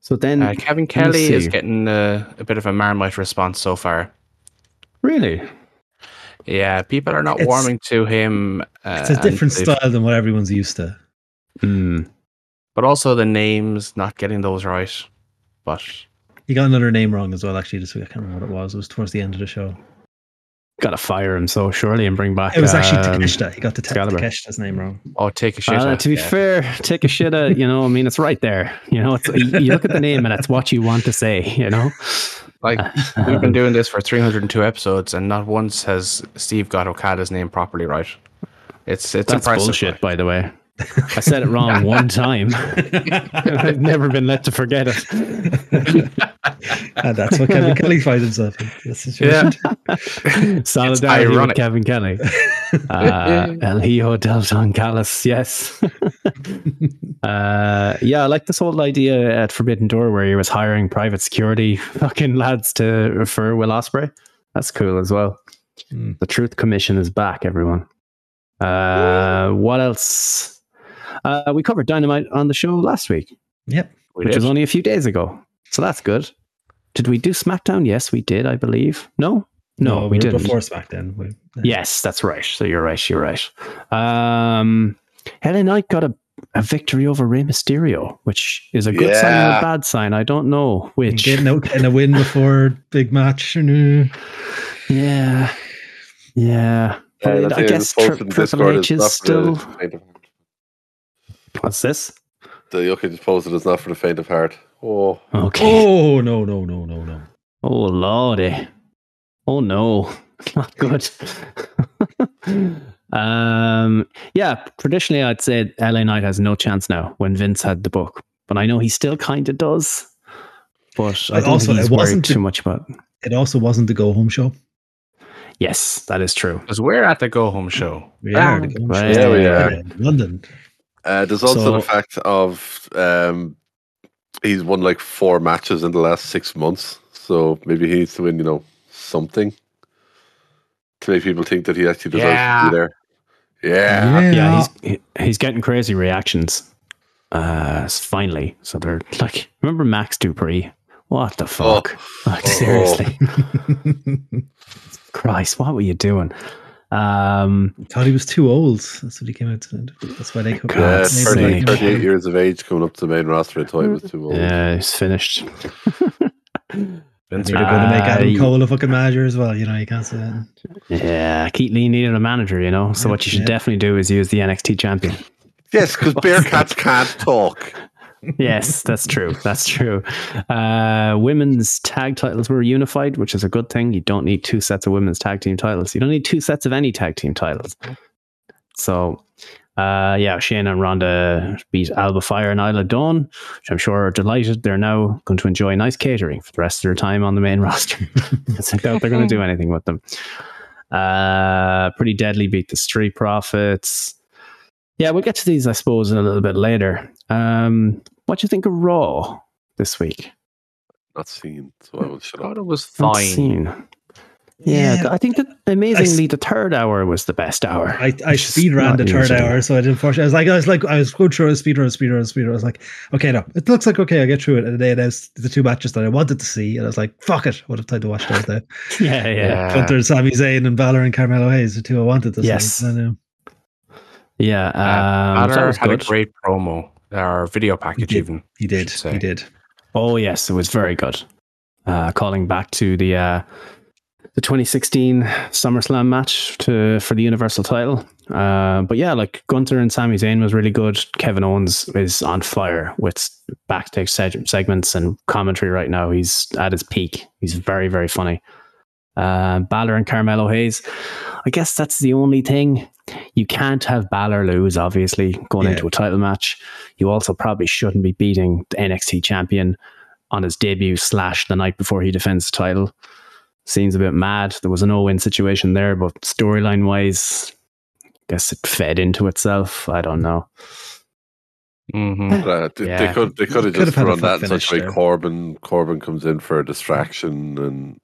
So then, Uh, Kevin Kelly is see. getting uh, a bit of a Marmite response so far. really, Yeah, people are not It's- warming to him. Uh, It's a and different they've- style than what everyone's used to. Hmm. But also the names, not getting those right. But He got another name wrong as well, actually, this week. I can't remember what it was. It was towards the end of the show. gotta fire him so surely and bring back. It was actually um, Takeshita. He got the Excalibur. Takeshita's name wrong. oh, take a shit. Uh, out, to be yeah. fair, take a shit at, you know, I mean, it's right there. You know, it's, you, you look at the name and it's what you want to say, you know? Like we've been doing this for 302 episodes, and not once has Steve got Okada's name properly right. It's it's That's impressive. bullshit, by the way. I said it wrong one time. I've never been let to forget it. and that's what Kevin Kelly finds himself in. This is Yeah. Solidarity with ironic. Kevin Kelly. Uh, El Hijo del Doncalis, yes. uh, yeah, I like this whole idea at Forbidden Door where he was hiring private security fucking lads to refer Will Osprey. That's cool as well. Hmm. The Truth Commission is back, everyone. Uh, what else? Uh, we covered Dynamite on the show last week Yep. We which did. was only a few days ago. So that's good. Did we do SmackDown? Yes, we did, I believe. No? No, we, were didn't. Before SmackDown. We, uh, Yes, that's right. So you're right, you're right. Um Helen Knight got a, a victory over Rey Mysterio, which is a good sign or Yeah. a bad sign. I don't know which. Getting out getting a win before big match. Oh, No. Yeah. Yeah. But that's I it, guess folks tri- in Triple Discord, H it's is not still. for the faint of heart. What's this? The Yuki just posted it's not for the faint of heart. Oh, Okay. Oh no no no no no. Oh, lordy. Oh no. Not good. um yeah, traditionally I'd say LA Knight has no chance now when Vince had the book. But I know he still kinda does. But I But don't also, think he's it worried wasn't too the- much about It also wasn't the go home show. Yes, that is true. Because we're at the go home show. We are the go home right. show. Yeah, we are. in London. Uh, there's also the So- fact of um, he's won like four matches in the last six months, so maybe he needs to win, you know, something to make people think that he actually deserves to Yeah. be there. Yeah, Yeah, he's he- he's getting crazy reactions. Uh s- finally. So they're like remember Max Dupree? What the Oh. fuck? Like seriously. Christ, what were you doing? Um thought he was too old. That's what he came out to. That's why they co- Yeah, yeah God's they made sake. thirty- him 38 go. years of age coming up to the main roster. I thought he was too old. Yeah, it's finished. Vince They're McMahon. going to make Adam Uh, Cole a fucking manager as well. You know, you can't say that. Yeah, Keith Lee needed a manager, you know. So what you should Yeah. definitely do is use the NXT champion. Yes, because Bearcats can't talk. yes, that's true. That's true. Uh, women's tag titles were unified, which is a good thing. You don't need two sets of women's tag team titles. You don't need two sets of any tag team titles. So, uh, yeah, Shayna and Ronda beat Alba Fire and Isla Dawn, which I'm sure are delighted. They're now going to enjoy nice catering for the rest of their time on the main roster. 'Cause I doubt they're going to do anything with them. Uh, pretty deadly beat the Street Profits. Yeah, we'll get to these, I suppose, a little bit later. Um, what do you think of Raw this week? Not seen, so I will shut I up. thought it was Not fine. seen. Yeah, Yeah. I think that amazingly, the third hour was the best hour. I, I Which is speed ran not the third usual. hour, so I didn't force. I was like, I was like, I was going through a speed run, speed run, speed run. I was like, okay, no, it looks like okay, I get through it. And then there's the two matches that I wanted to see, and I was like, fuck it, I would have time to watch those. Then yeah, yeah, Gunther, and Sami Zayn, and Balor and Carmelo Hayes, the two I wanted to Yes. see. um, I know. yeah. Um, so that Banner was Uh, had good. a great promo, or video package did. even. He did, Should say. he did. Oh yes, it was very good. Uh, calling back to the uh, the 2016 SummerSlam match to for the Universal title. Uh, but yeah, like Gunther and Sami Zayn was really good. Kevin Owens is on fire with backstage seg- segments and commentary right now. He's at his peak. He's very very funny. Uh, Balor and Carmelo Hayes. I guess that's the only thing. You can't have Balor lose, obviously, going Yeah. into a title match. You also probably shouldn't be beating the NXT champion on his debut slash the night before he defends the title. Seems a bit mad. There was an no-win situation there, but storyline wise, guess it fed into itself. I don't know. Mm-hmm. Uh, they, Yeah. they could they could have Could have just had a run that in finish such a way. there. Corbin Corbin comes in for a distraction and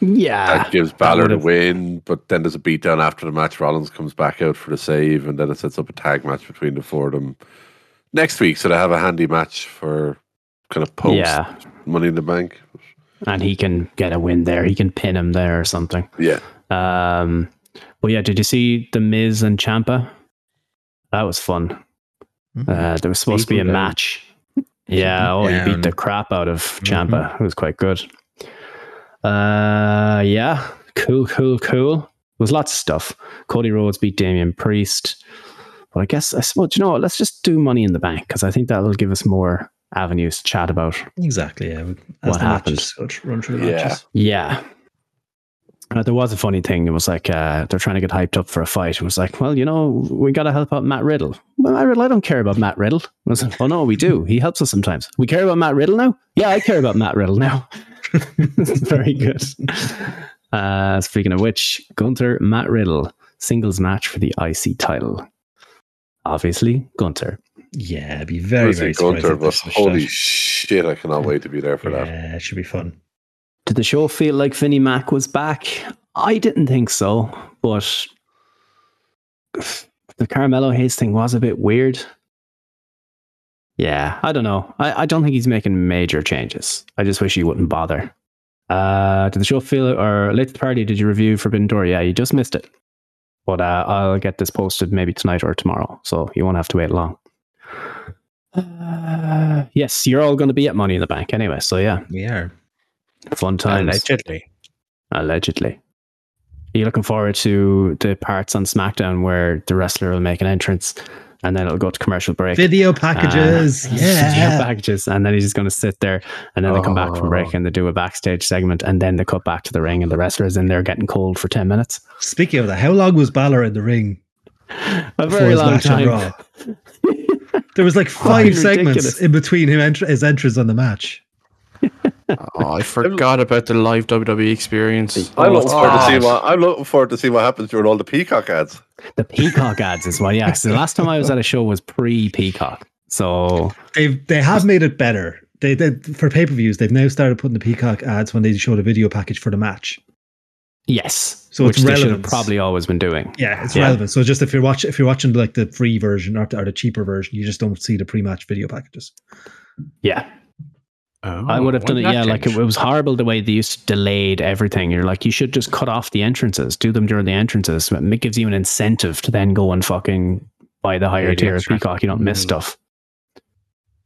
Yeah. that gives Balor the Ah, would've- win, but then there's a beatdown after the match. Rollins comes back out for the save, and then it sets up a tag match between the four of them next week. So they have a handy match for kind of post Yeah. Money in the Bank. And he can get a win there. He can pin him there or something. Yeah, Um, but yeah, did you see the Miz and Champa? That was fun. Mm-hmm. Uh, there was supposed to be a Beat him down. match. Yeah, oh, he beat the down. crap out of Champa. It was quite good. Uh, yeah, cool, cool, cool. There was lots of stuff. Cody Rhodes beat Damian Priest, but I guess I suppose you know. what, Let's just do Money in the Bank because I think that'll give us more avenues to chat about. Exactly. Yeah. we- As What the happened? matches go, run through the Yeah. matches. Yeah. Uh, there was a funny thing. It was like uh, they're trying to get hyped up for a fight. It was like, well, you know, we got to help out Matt Riddle. Well, Matt Riddle, I don't care about Matt Riddle. I was like, oh no, we do. He helps us sometimes. We care about Matt Riddle now. Yeah, I care about Matt Riddle now. Very good. Uh, speaking of which, Gunther Matt Riddle singles match for the IC title. Obviously, Gunther. Yeah. It'd be very, very Listen, Gunther, surprising. but if there's a holy shot. shit, I cannot wait to be there for that. Yeah, it should be fun. Did the show feel like Vinnie Mac was back? I didn't think so, but the Carmelo Hayes thing was a bit weird. Yeah, I don't know. I, I don't think he's making major changes. I just wish he wouldn't bother. Uh, did the show feel or late to the party? Did you review Forbidden Door? Yeah, you just missed it. But uh, I'll get this posted maybe tonight or tomorrow, so you won't have to wait long. Uh, yes, you're all going to be at Money in the Bank anyway, so yeah, We are. fun times. Allegedly. Allegedly. Are you looking forward to the parts on SmackDown where the wrestler will make an entrance and then it'll go to commercial break? Video Uh, packages. video yeah. packages. And then he's just going to sit there and then they come back from break Oh. and they do a backstage segment and then they cut back to the ring and the wrestler's in there getting cold for 10 minutes. Speaking of that, how long was Balor in the ring A before very his long match on time. Raw? There was like five segments ridiculous. in between him entr- his entrance on the match. Oh, I forgot about the live WWE experience. Oh, I'm looking forward to God. see what I'm looking forward to see what happens during all the peacock ads. The Peacock ads as well. Yeah. So the last time I was at a show was pre Peacock. So They've they have made it better. They, they for pay per views, they've now started putting the Peacock ads when they show the video package for the match. yes. So which it's they should have relevance. probably always been doing. Yeah, it's Yeah. relevant. So just if you're watching, if you're watching like the free version or the, or the cheaper version, you just don't see the pre-match video packages. Yeah. Oh, I would have done it. Yeah, like it, it was horrible the way they used to delayed everything. You're like, you should just cut off the entrances, do them during the entrances. but It gives you an incentive to then go and fucking buy the higher the tier of extra. Peacock. You don't miss Mm. stuff.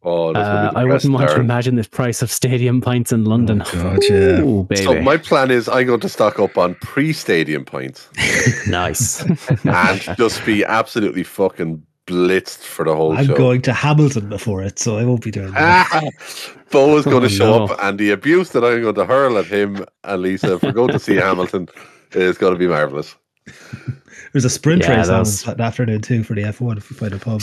Oh, this Uh, will be I wouldn't depressing, want to Darren. imagine the price of stadium pints in London. Oh, God, yeah. Ooh, baby, So my plan is I'm going to stock up on pre-stadium pints nice. and just be absolutely fucking blitzed for the Oh, whole I'm show. going to Hamilton before it, so I won't be doing that. Ah, Bo is going Oh, to show no. up, and the abuse that I'm going to hurl at him and Lisa for going to see Hamilton is going to be marvelous. There's a sprint Yeah, race on that's- that afternoon too for the F1 if you find a pub.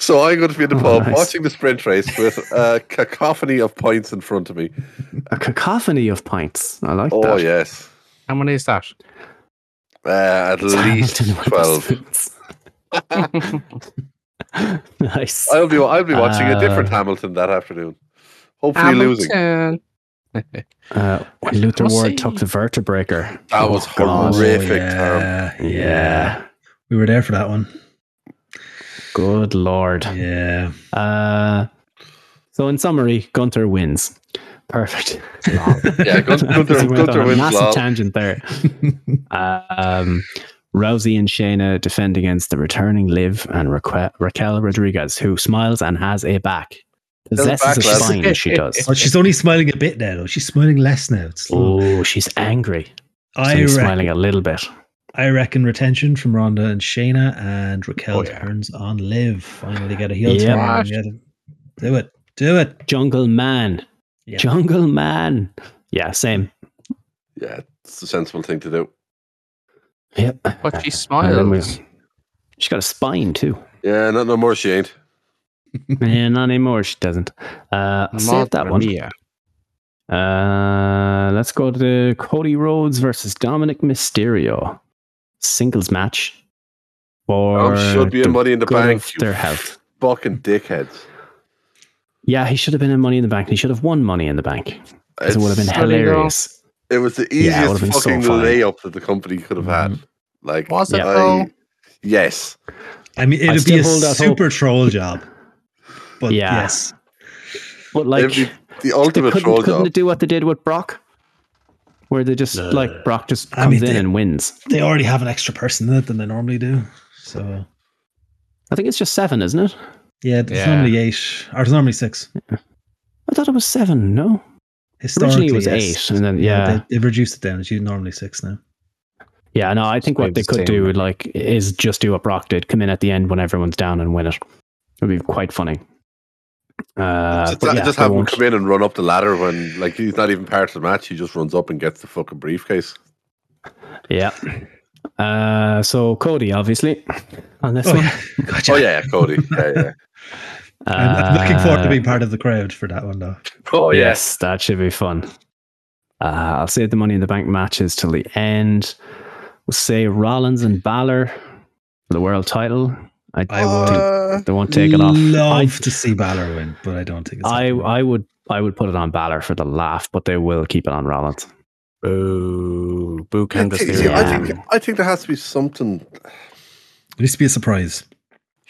So I'm going to be in the Oh, pub nice. watching the sprint race with a cacophony of pints in front of me. A cacophony of pints. I like Oh that. yes, How many is that? uh, at It's least Hamilton with the twelve. spoons. nice. I'll be I'll be watching a different Uh, Hamilton that afternoon. Hopefully losing. Uh, when Luther We'll Ward see. took the vertebraker. That was God. horrific, yeah, Oh, Yeah. We were there for that one. Good lord. Yeah. Uh, so in summary, Gunther wins. Perfect. Yeah, Gun- Gunther, He went on Gunther a wins. massive lol. tangent there. um, Rousey and Shayna defend against the returning Liv and Raque- Raquel Rodriguez, who smiles and has a back. Possesses back, a lads. spine, she does. Well, she's only smiling a bit now, though. She's smiling less now. It's Oh, she's angry. I, She's reckon, smiling a little bit. I reckon retention from Ronda and Shayna and Raquel Oh, yeah. turns on Liv. Finally get a heel Yeah. turn. Yeah, Do it. Do it. Jungle Man. Yeah. Jungle Man. Yeah, same. Yeah, it's a sensible thing to do. Yep. But she And then we- smiles. She's got a spine too. Yeah, not no more. She ain't. Mm-hmm. Yeah, not anymore. She doesn't. Uh, I'll save that Mamma one. mia. Uh, let's go to the Cody Rhodes versus Dominic Mysterio singles match. Or I Oh, should be in Money in the good Bank. of you their health. Fucking dickheads. Yeah, he should have been in Money in the Bank. He should have won Money in the Bank. 'cause it would have been It's- Bloody hell. hilarious. It was the Yeah, it would have easiest been so Mm-hmm. fucking funny. layup that the company could have had. Like Was it I- though? Yes. I mean, I it'd still be a hold out hope. super troll job. But Yeah. yes, But like, It'd be the they ultimate couldn't, troll couldn't job. they do what they did with Brock? Where they just like Brock just I comes mean, in they- and wins. they already have an extra person in it than they normally do. So I think it's just seven, isn't it? yeah, there's Yeah. normally eight, or there's normally six. I thought it was seven. No, Historically, originally it was yes. eight, and then Yeah, yeah, they, they've reduced it down. It's usually normally six now. Yeah, no, I think what they Maybe could same. do like is just do what Brock did, come in at the end when everyone's down and win it. It would be quite funny. Uh, just but yeah, just they have him won't. come in and run up the ladder when like he's not even part of the match. He just runs up and gets the fucking briefcase. Yeah. Uh, so Cody, obviously, on this Oh, one. yeah. Gotcha. Oh yeah, Cody. Yeah, yeah. I'm, I'm looking forward to Uh, being part of the crowd for that one, though. Oh yeah. yes, that should be fun. Uh, I'll save the Money in the Bank matches till the end. We'll say Rollins and Balor for the world title. I, I would think Uh, they won't take it off. I, Love to see Balor win, but I don't think it's. I, happening. I would I would put it on Balor for the laugh, but they will keep it on Rollins. Boo. Boo I Candace think, Theory. I think I think there has to be something. It needs to be a surprise.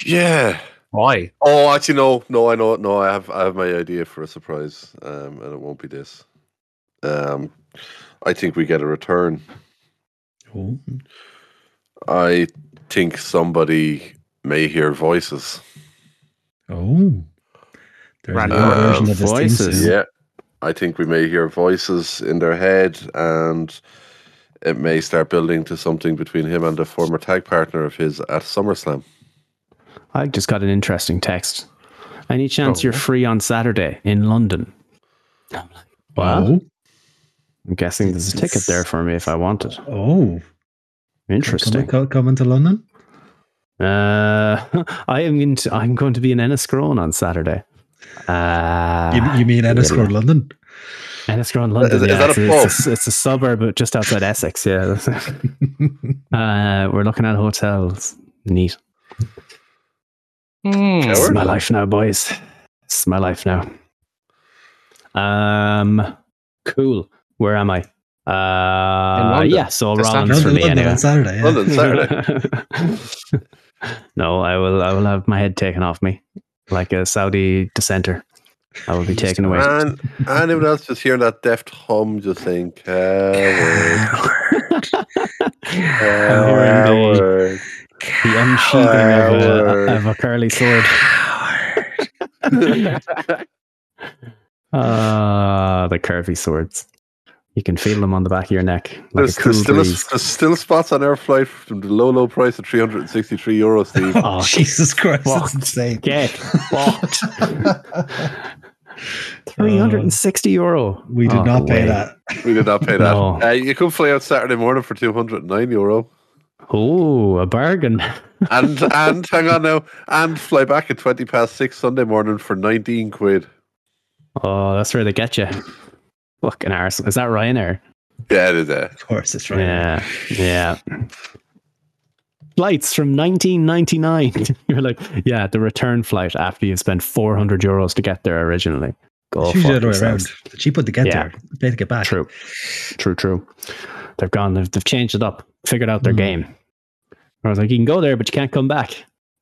Yeah. Why? Oh, actually, no, no, I know, no, I have, I have my idea for a surprise, um, and it won't be this. Um, I think we get a return. Oh, I think somebody may hear voices. oh. There's Randy another Orton. version of this theme Voices. tune. Yeah, I think we may hear voices in their head, and it may start building to something between him and a former tag partner of his at SummerSlam. I just got an interesting text. Any chance Oh. you're free on Saturday in London? I'm like, wow. Oh, I'm guessing there's a ticket there for me if I want it. oh, Interesting. Coming, coming to London. Uh, I am going to, I'm going to be in Enniscrone on Saturday. Uh, You, you mean Enniscore, London? Enniscrone, London. Is- is yeah, that a it's, pub? It's, a, it's a suburb but just outside Essex. Yeah. uh, we're looking at hotels. Neat. This is Coward. my life now, boys. This is my life now. Um, cool. Where am I? Uh, London. yeah. So That's not Rollins for London, me London anyway. on Saturday. yeah. London Saturday. no, I will. I will have my head taken off me, like a Saudi dissenter. I will be taken away. And anyone else just hearing that deft hum, just saying, "Coward, the, coward." the unsheathing of Coward. a, of a curly sword. Ah, the curvy swords. You can feel them on the back of your neck. Like There's, a cool there's still, breeze. there's still spots on our flight from the low, low price of 363 euros, Steve. Oh, Jesus Christ, Fuck. that's insane. get fucked. 360 euro. Uh, We did Oh, not pay wait. that. we did not pay that. No. Uh, you could fly out Saturday morning for 209 euro. Oh, a bargain. And, and hang on now, and fly back at 20 past six Sunday morning for 19 quid. Oh, that's where they get you. Fucking arse. Is that Ryanair? Yeah, it is. Uh, Of course, it's right. Yeah. Yeah. Flights from 1999. You're like, yeah, the return flight after you spent 400 euros to get there originally. Go It's usually the fuck other way around. yourselves. The cheaper to get Yeah. there, the pay to get back. True. True, true. They've gone, they've, they've changed it up, figured out their Mm. game. I was like, you can go there, but you can't come back.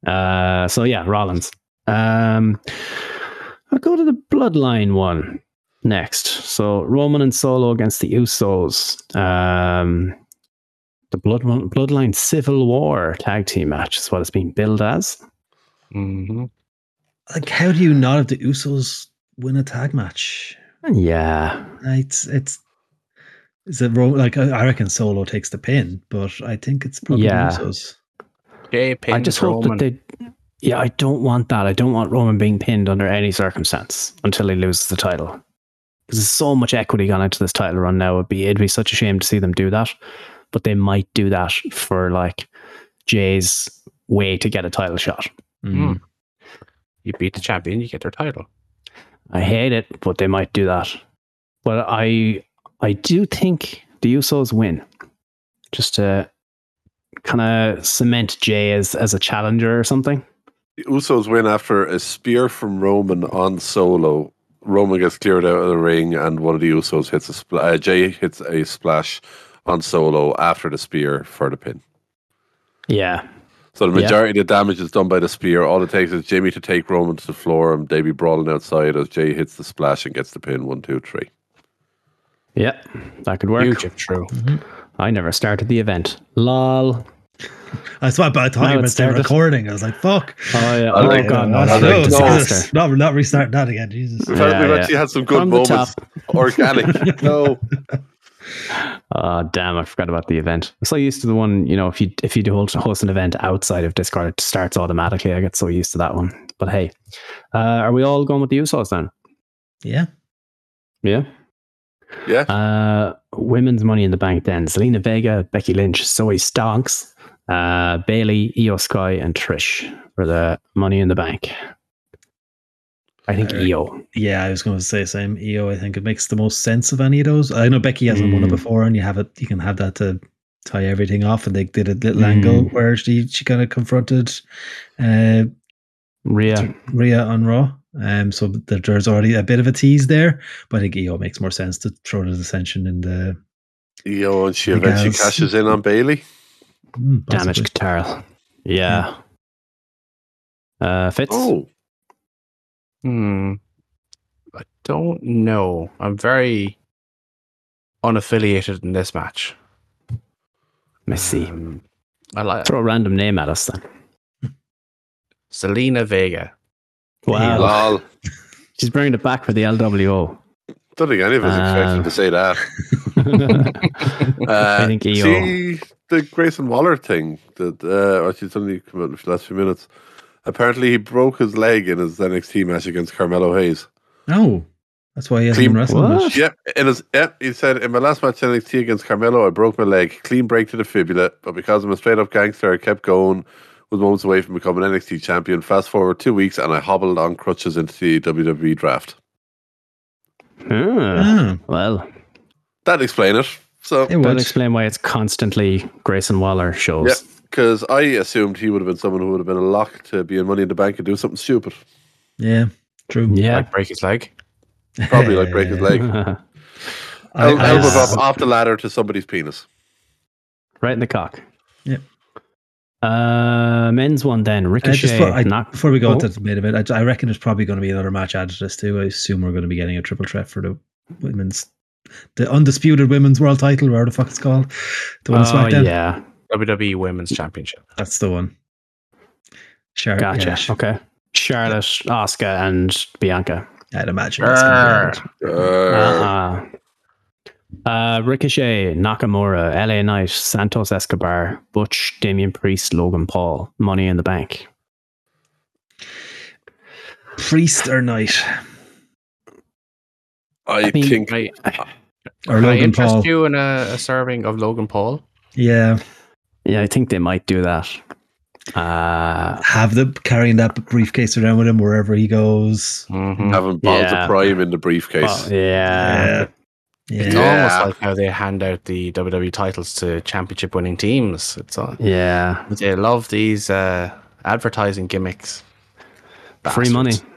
Uh, so yeah, Rollins. Um, I'll go to the Bloodline one next. So Roman and Solo against the Usos. Um, the Blood, Bloodline Civil War tag team match is what it's being billed as. hmm Like, how do you not have the Usos win a tag match? Yeah. It's it's is it wrong? Like, I I reckon Solo takes the pin, but I think it's probably the Yeah. Usos. Jay I pinned just hope Roman. that they. Yeah, I don't want that. I don't want Roman being pinned under any circumstance until he loses the title. Because there's so much equity gone into this title run now. It'd be it'd be such a shame to see them do that, but they might do that for like Jay's way to get a title shot. Mm. you beat the champion, you get their title. I hate it, but they might do that. But I I do think the Usos win. Just to kind of cement Jay as as a challenger or something. the Usos win after a spear from Roman on solo. Roman gets cleared out of the ring, and one of the Usos hits a spl- uh, Jay hits a splash on solo after the spear for the pin. Yeah. So the Yeah. majority of the damage is done by the spear. All it takes is Jimmy to take Roman to the floor, and they be brawling outside as Jay hits the splash and gets the pin. One, two, three. Yeah, that could work. Mm-hmm. Huge if true. I never started the event. Lol. I was about Now time it it's the started. recording. I was like, fuck. Oh, yeah. I oh like- god, no, I that's like a those. disaster. not, not restarting that again. Jesus. We've, Yeah, had, we've yeah. actually had some good From the moments. top. Organic. no. Oh damn, I forgot about the event. I'm so used to the one, you know, if you if you do host host an event outside of Discord, it starts automatically. I get so used to that one. But hey, uh, are we all going with the Usos then? Yeah. Yeah. Yeah. Uh, women's Money in the Bank then. Selena Vega, Becky Lynch, Zoe Stonks, uh, Bailey, Io Sky, and Trish for the Money in the Bank. I think Alright. Io. Yeah, I was going to say same. EO, I think it makes the most sense of any of those. I know Becky hasn't won it Mm. before, and you have it. You can have that to tie everything off. And they did a little Mm. angle where she she kind of confronted uh, Rhea. Rhea on Raw. Um, so there- there's already a bit of a tease there, but I think EO makes more sense to throw the dissension in the. You know, and she Big eventually ass. cashes in on Bailey. Hmm, Damage possibly. Catarl. Yeah. Uh, Fitz? Oh, Hmm. I don't know. I'm very unaffiliated in this match. Missy. Um, I like Throw a random name at us then. Selena Vega. E Wow. lol. She's bringing it back for the LWO. Don't think any of us Um, expected to say that. Hmm. Uh, I think E EO. See the Grayson Waller thing that uh, actually it's only come out in the last few minutes. Apparently, he broke his leg in his NXT match against Carmelo Hayes. No, Oh, that's why he hasn't Clean- been wrestling What? much. Yep, in his yep, he said in my last match NXT against Carmelo, I broke my leg, clean break to the fibula, but because I'm a straight up gangster, I kept going. Was moments away from becoming NXT champion. Fast forward two weeks, and I hobbled on crutches into the WWE draft. Ah, Ah, well, That explain it. So it that would. explain why it's constantly Grayson Waller shows. Yep. because I assumed he would have been someone who would have been a lock to be in Money in the Bank and do something stupid, Yeah, true. Yeah. Like break his leg. probably like break his leg, I- El- I- elbow was- drop off the ladder to somebody's penis. right in the cock. Yep. Uh, men's one then. Uh, Ricochet. just before, I, knock- before we go Oh. into the main event, I, I reckon there's probably going to be another match added to this too. I assume we're going to be getting a triple threat for the women's, the undisputed women's world title, whatever the fuck it's called. The one on oh, SmackDown. yeah. WWE E Women's Championship. That's the one. Sure. Gotcha. Yeah, sh- Okay. Charlotte, Oscar, and Bianca. I'd imagine. that's gonna be added. Uh-uh. Uh, Ricochet, Nakamura, LA Knight, Santos Escobar, Butch, Damian Priest, Logan Paul, Money in the Bank. Priest or Knight I, I mean, think I, or I Logan interest Paul. you in a, a serving of Logan Paul. Yeah, Yeah, I think they might do that. Uh, have the carrying that briefcase around with him wherever he goes. Mm-hmm. having bottles Yeah. of prime in the briefcase. well, oh, yeah. Yeah. Yeah. It's Yeah. almost like how they hand out the WWE titles to championship winning teams. It's all, Yeah. they love these uh, advertising gimmicks. Free money. Bastards.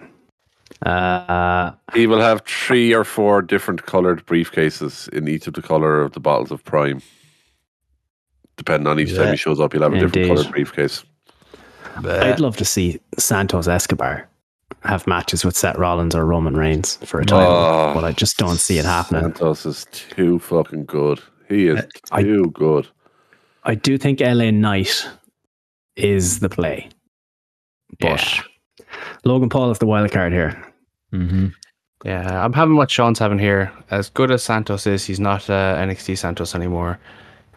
Uh, He will have three or four different colored briefcases in each of the color of the bottles of Prime. Depending on each time Yeah. he shows up, he'll have a different Indeed. colored briefcase. Uh, I'd love to see Santos Escobar have matches with Seth Rollins or Roman Reigns for a title, Oh. but I just don't see it happening. Santos is too fucking good. He is I- too good. I do think LA Knight is the play, but Logan Paul is the wild card here. Mm-hmm. Yeah, I'm having what Sean's having here. As good as Santos is, he's not uh, NXT Santos anymore.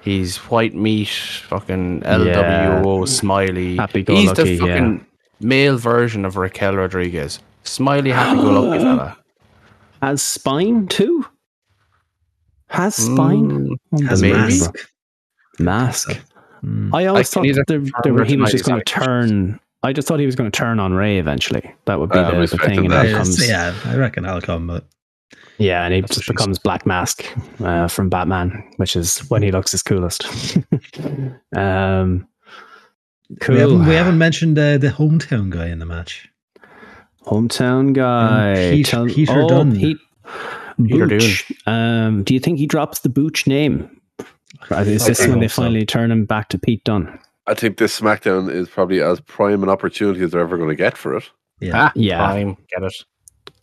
He's white meat, fucking LWO smiley. Happy go he's lucky, the yeah. fucking male version of Raquel Rodriguez. Smiley, happy go lucky fella. Has spine too? Has Mm, spine? Has Unbelievable. mask. Mask. Mm. I always can either thought the, turn the, he was merchandise just going to back. turn. I just thought he was going to turn on Ray eventually. That would be I the, was the expecting thing, and that. then Yeah, comes yeah, I reckon I'll come. But Yeah, and he That's just what she becomes Black Mask uh, from Batman, which is when he looks his coolest. um, cool. we, haven't, we haven't mentioned uh, the hometown guy in the match. Hometown guy. oh, Peter- Peter Dunne. Pete, Peter Booch. Um, do you think he drops the Booch name? Is I this think when they so. finally turn him back to Pete Dunn? I think this SmackDown is probably as prime an opportunity as they're ever going to get for it. Yeah. Ah, Yeah. fine, get it.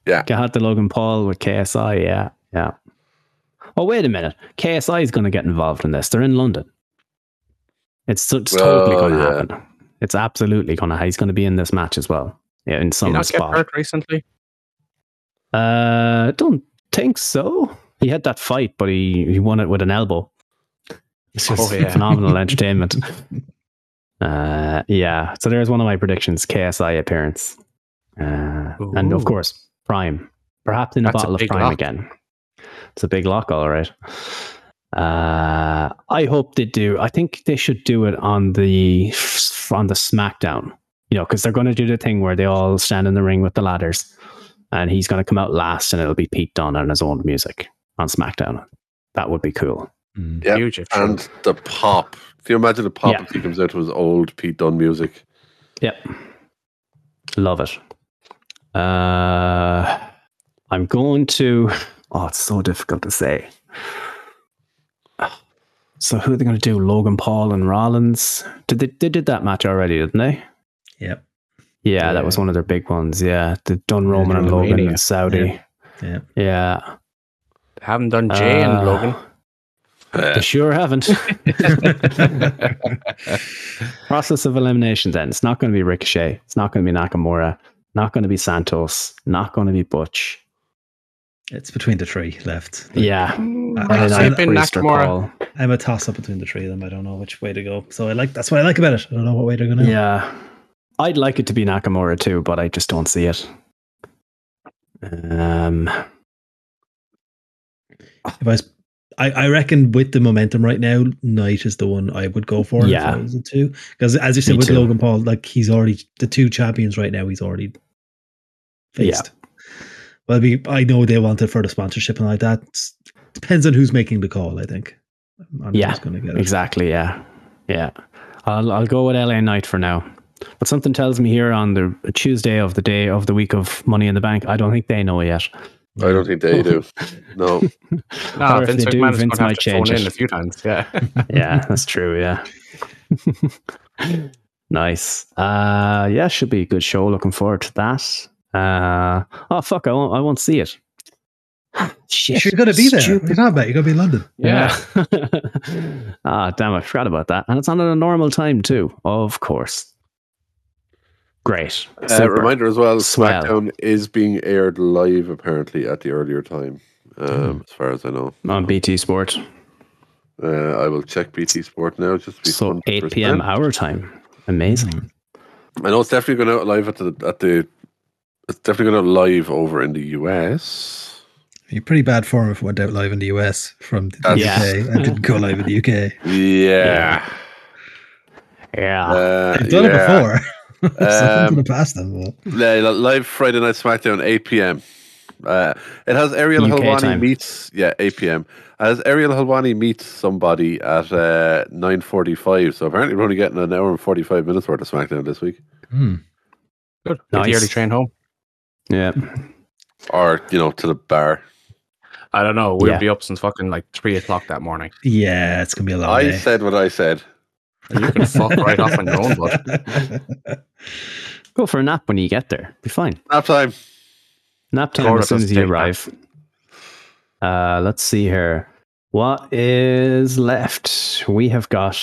You had the Logan Paul with KSI. Yeah, yeah. Oh, wait a minute. KSI is going to get involved in this. They're in London. It's, it's totally Well, going to yeah. happen. It's absolutely going to. He's going to be in this match as well. Yeah, in Did he some not get spot. hurt recently? Uh, don't think so. He had that fight, but he, he won it with an elbow. It's just Oh, yeah. phenomenal entertainment. Uh, yeah. So there's one of my predictions: KSI appearance. Uh, and of Ooh. course, Prime. Perhaps in a That's a bottle of big Prime lock. again. It's a big lock, all right. Uh, I hope they do. I think they should do it on the on the SmackDown. You know, because they're going to do the thing where they all stand in the ring with the ladders, and he's going to come out last, and it'll be Pete Dunne and his own music on SmackDown. That would be cool. Mm. Yep, Huge. if true. And the pop. Can you imagine the pop Yeah. if he comes out to his old Pete Dunne music? Yep, love it. Uh, I'm going to. Oh, it's so difficult to say. So who are they going to do? Logan Paul and Rollins? Did they they did that match already, didn't they? Yep. Yeah, that was Yeah. one of their big ones. Yeah, the Don Roman and Dunn Logan Mania. in Saudi. Yeah. Yeah, Haven't done Jay Uh, and Logan. they sure haven't. Process of elimination. Then it's not going to be Ricochet. It's not going to be Nakamura. Not going to be Santos. Not going to be Butch. it's between the three left. Yeah, I- And I- I'm I've been Priest or Nakamura. Paul. I'm a toss up between the three of them. I don't know which way to go. So I like that's what I like about it. I don't know what way they're going to. Yeah. I'd like it to be Nakamura too, but I just don't see it. Um, If I, was, I, I reckon with the momentum right now, Knight is the one I would go for. Yeah. If I was the two, because as you said Me with too. Logan Paul, like he's already the two champions right now. He's already faced. Well, we, I know they want it for the sponsorship and like that. It's- depends on who's making the call. I think. I'm Yeah, going to get it. exactly. Yeah. Yeah. I'll, I'll go with LA Knight for now. But something tells me here on the Tuesday of the day of the week of Money in the Bank, I don't think they know yet. I don't think they do. No, No. Or if Ah, Vince they do, McMahon is Vince going to have might to phone change in it. a few times. Yeah. yeah, that's true. Yeah. nice. Uh, yeah, should be a good show. Looking forward to that. Uh, oh fuck, I won't. I won't see it. Shit, You're going to be there. What are stupid. you talking about? You're going to be in London. Yeah. Yeah. ah, damn! I forgot about that, and it's on at a normal time too. Of course. Great. Uh, Super. reminder as well, Swell. SmackDown is being aired live apparently at the earlier time, Hmm. um, as far as I know. on BT Sport. Uh, I will check BT Sport now just to be So 100%. eight PM our time. Amazing. I know it's definitely going out live at the at the. It's definitely going out live over in the US. You're pretty bad form if it went out live in the US from the That's- UK and didn't go live in the UK. Yeah, Yeah. uh, Ah. They've done yeah. it before. so I'm Um, going to pass them. But. Li- li- Live Friday Night SmackDown, 8 p.m. Uh, it has Ariel UK Helwani time. meets yeah 8 p.m. It has Ariel Helwani meets somebody at uh, 9:45. So apparently we're only getting an hour and 45 minutes worth of SmackDown this week, Hmm. Good. Nice. The early train home. yeah. or you know to the bar. I don't know. We'll Yeah. be up since fucking like three o'clock that morning. Yeah, it's going to be a long I day. said what I said. You can fuck right off on your own, bud. Go for a nap when you get there. Be fine. Nap time. Nap time Laura as soon does as you take arrive. Uh, let's see here. What is left? We have got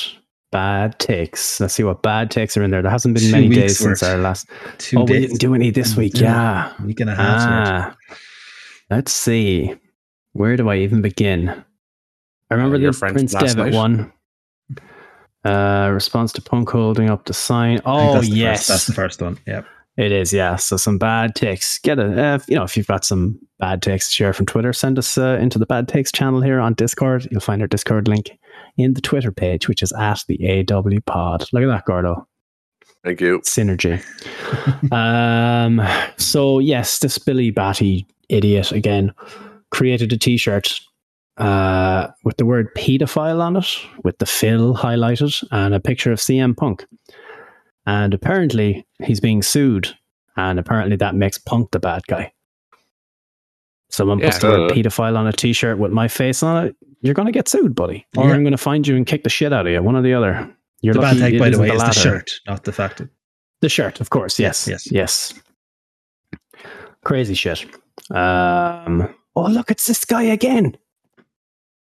bad takes. Let's see what bad takes are in there. There hasn't been Two many weeks days since worth. our last. Two oh, we days, Mm-hmm. didn't do any this week. Yeah. week and a half. sorry. Ah, let's see. Where do I even begin? I remember Uh, your the friend Prince from last Devitt night? one. Uh, response to Punk holding up the I sign. think Oh that's the first- yes, that's the first one. Yep. it is, yeah. So some bad takes. Get a, uh, you know, if you've got some bad takes to share from Twitter, send us uh, into the bad takes channel here on Discord. You'll find our Discord link in the Twitter page, which is at the AW Pod. Look at that, Gordo. Thank you. Synergy. um. So yes, this Billy Batty idiot again created a T-shirt uh, with the word "pedophile" on it, with the Phil highlighted, and a picture of CM Punk. And apparently, he's being sued, and apparently that makes Punk the bad guy. Someone puts the Yeah. Uh, word "pedophile" on a T-shirt with my face on it. You're going to get sued, buddy, or Yeah. I'm going to find you and kick the shit out of you. One or the other. You're the bad lucky take, it by the isn't way, is the latter. shirt, not the fact. That, The shirt, of course. Yes. Yes, Yes. Crazy shit. Um, oh, look, it's this guy again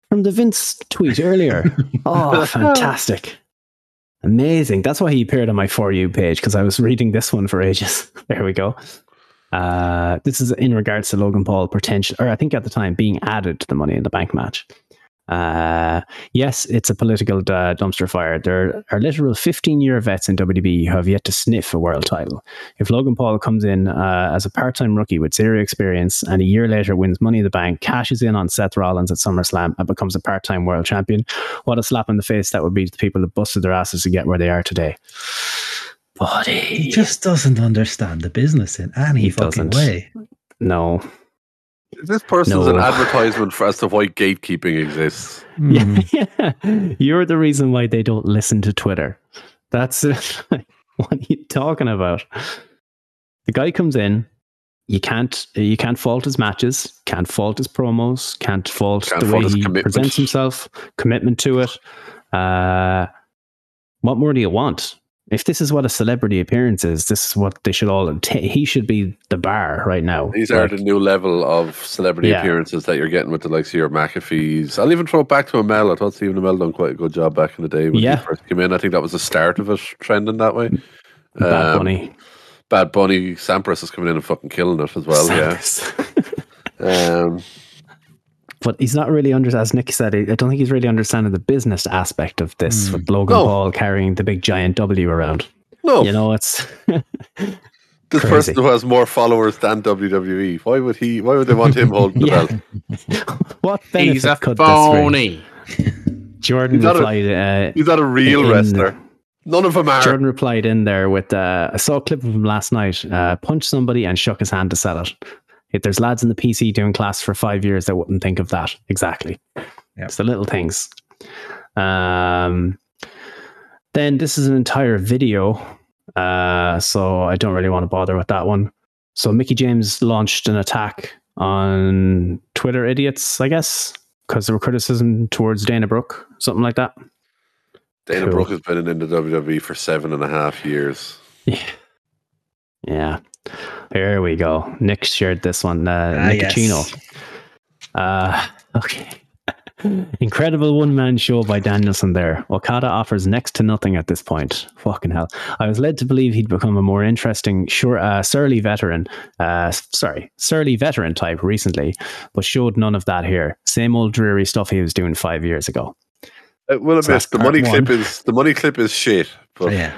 from the Vince tweet earlier. oh, fantastic. Amazing. That's why he appeared on my For You page because I was reading this one for ages. there we go. Uh, this is in regards to Logan Paul potential, or I think at the time being added to the Money in the Bank match. Uh, yes, it's a political uh, dumpster fire. There are literal 15 year vets in WDB who have yet to sniff a world title. If Logan Paul comes in uh, as a part time rookie with zero experience and a year later wins Money in the Bank, cashes in on Seth Rollins at SummerSlam, and becomes a part time world champion, what a slap in the face that would be to the people that busted their asses to get where they are today. He Buddy. just doesn't understand the business in any He fucking doesn't. way. No. This person's No. an advertisement for as to why gatekeeping exists. Mm. Yeah, Uh, You're the reason why they don't listen to Twitter. That's it. what are you talking about? The guy comes in. You can't you can't fault his matches, can't fault his promos, can't fault Can't the fault way his he commitment. presents himself, commitment to it. Uh, what more do you want? If this is what a celebrity appearance is, this is what they should all. obtain. he should be the bar right now. These are Like, the new level of celebrity Yeah. appearances that you're getting with the likes of your McAfee's. I'll even throw it back to Amel. I thought Stephen Amell done quite a good job back in the day when Yeah. he first came in. I think that was the start of it trending that way. Bad Um, Bunny. Bad Bunny Sampras is coming in and fucking killing it as well. Sampras. Yeah. Um, but he's not really under as Nick said. I I don't think he's really understanding the business aspect of this Hmm. with Logan No. Paul carrying the big giant W around. no, You know, it's this crazy. person who has more followers than WWE. Why would he? Why would they want him holding the Yeah. belt? what benefit He's a could this bring? phony. Jordan He's not a- replied. uh, He's not a real In- wrestler. None of them are. Jordan replied in there with, uh, I saw a clip of him last night. Uh, punched somebody and shook his hand to sell it. If there's lads in the PC doing class for five years, they wouldn't think of that. Exactly. Yeah. It's the little things. Um, then this is an entire video. Uh, so I don't really want to bother with that one. So Mickey James launched an attack on Twitter idiots, I guess, because there were criticism towards Dana Brooke, something like that. Dana Cool. Brooke has been in the WWE for seven and a half years. Yeah. Yeah. Here we go. Nick shared this one. Uh, Ah, yes. Nicocino. Uh, okay. Incredible one man show by Danielson there. Okada offers next to nothing at this point. Fucking hell. I was led to believe he'd become a more interesting, sure, uh, surly veteran, uh, s- sorry, surly veteran type recently, but showed none of that here. Same old dreary stuff he was doing five years ago. Uh, well, So admit that's the part money clip one. is the money clip is shit. But Yeah.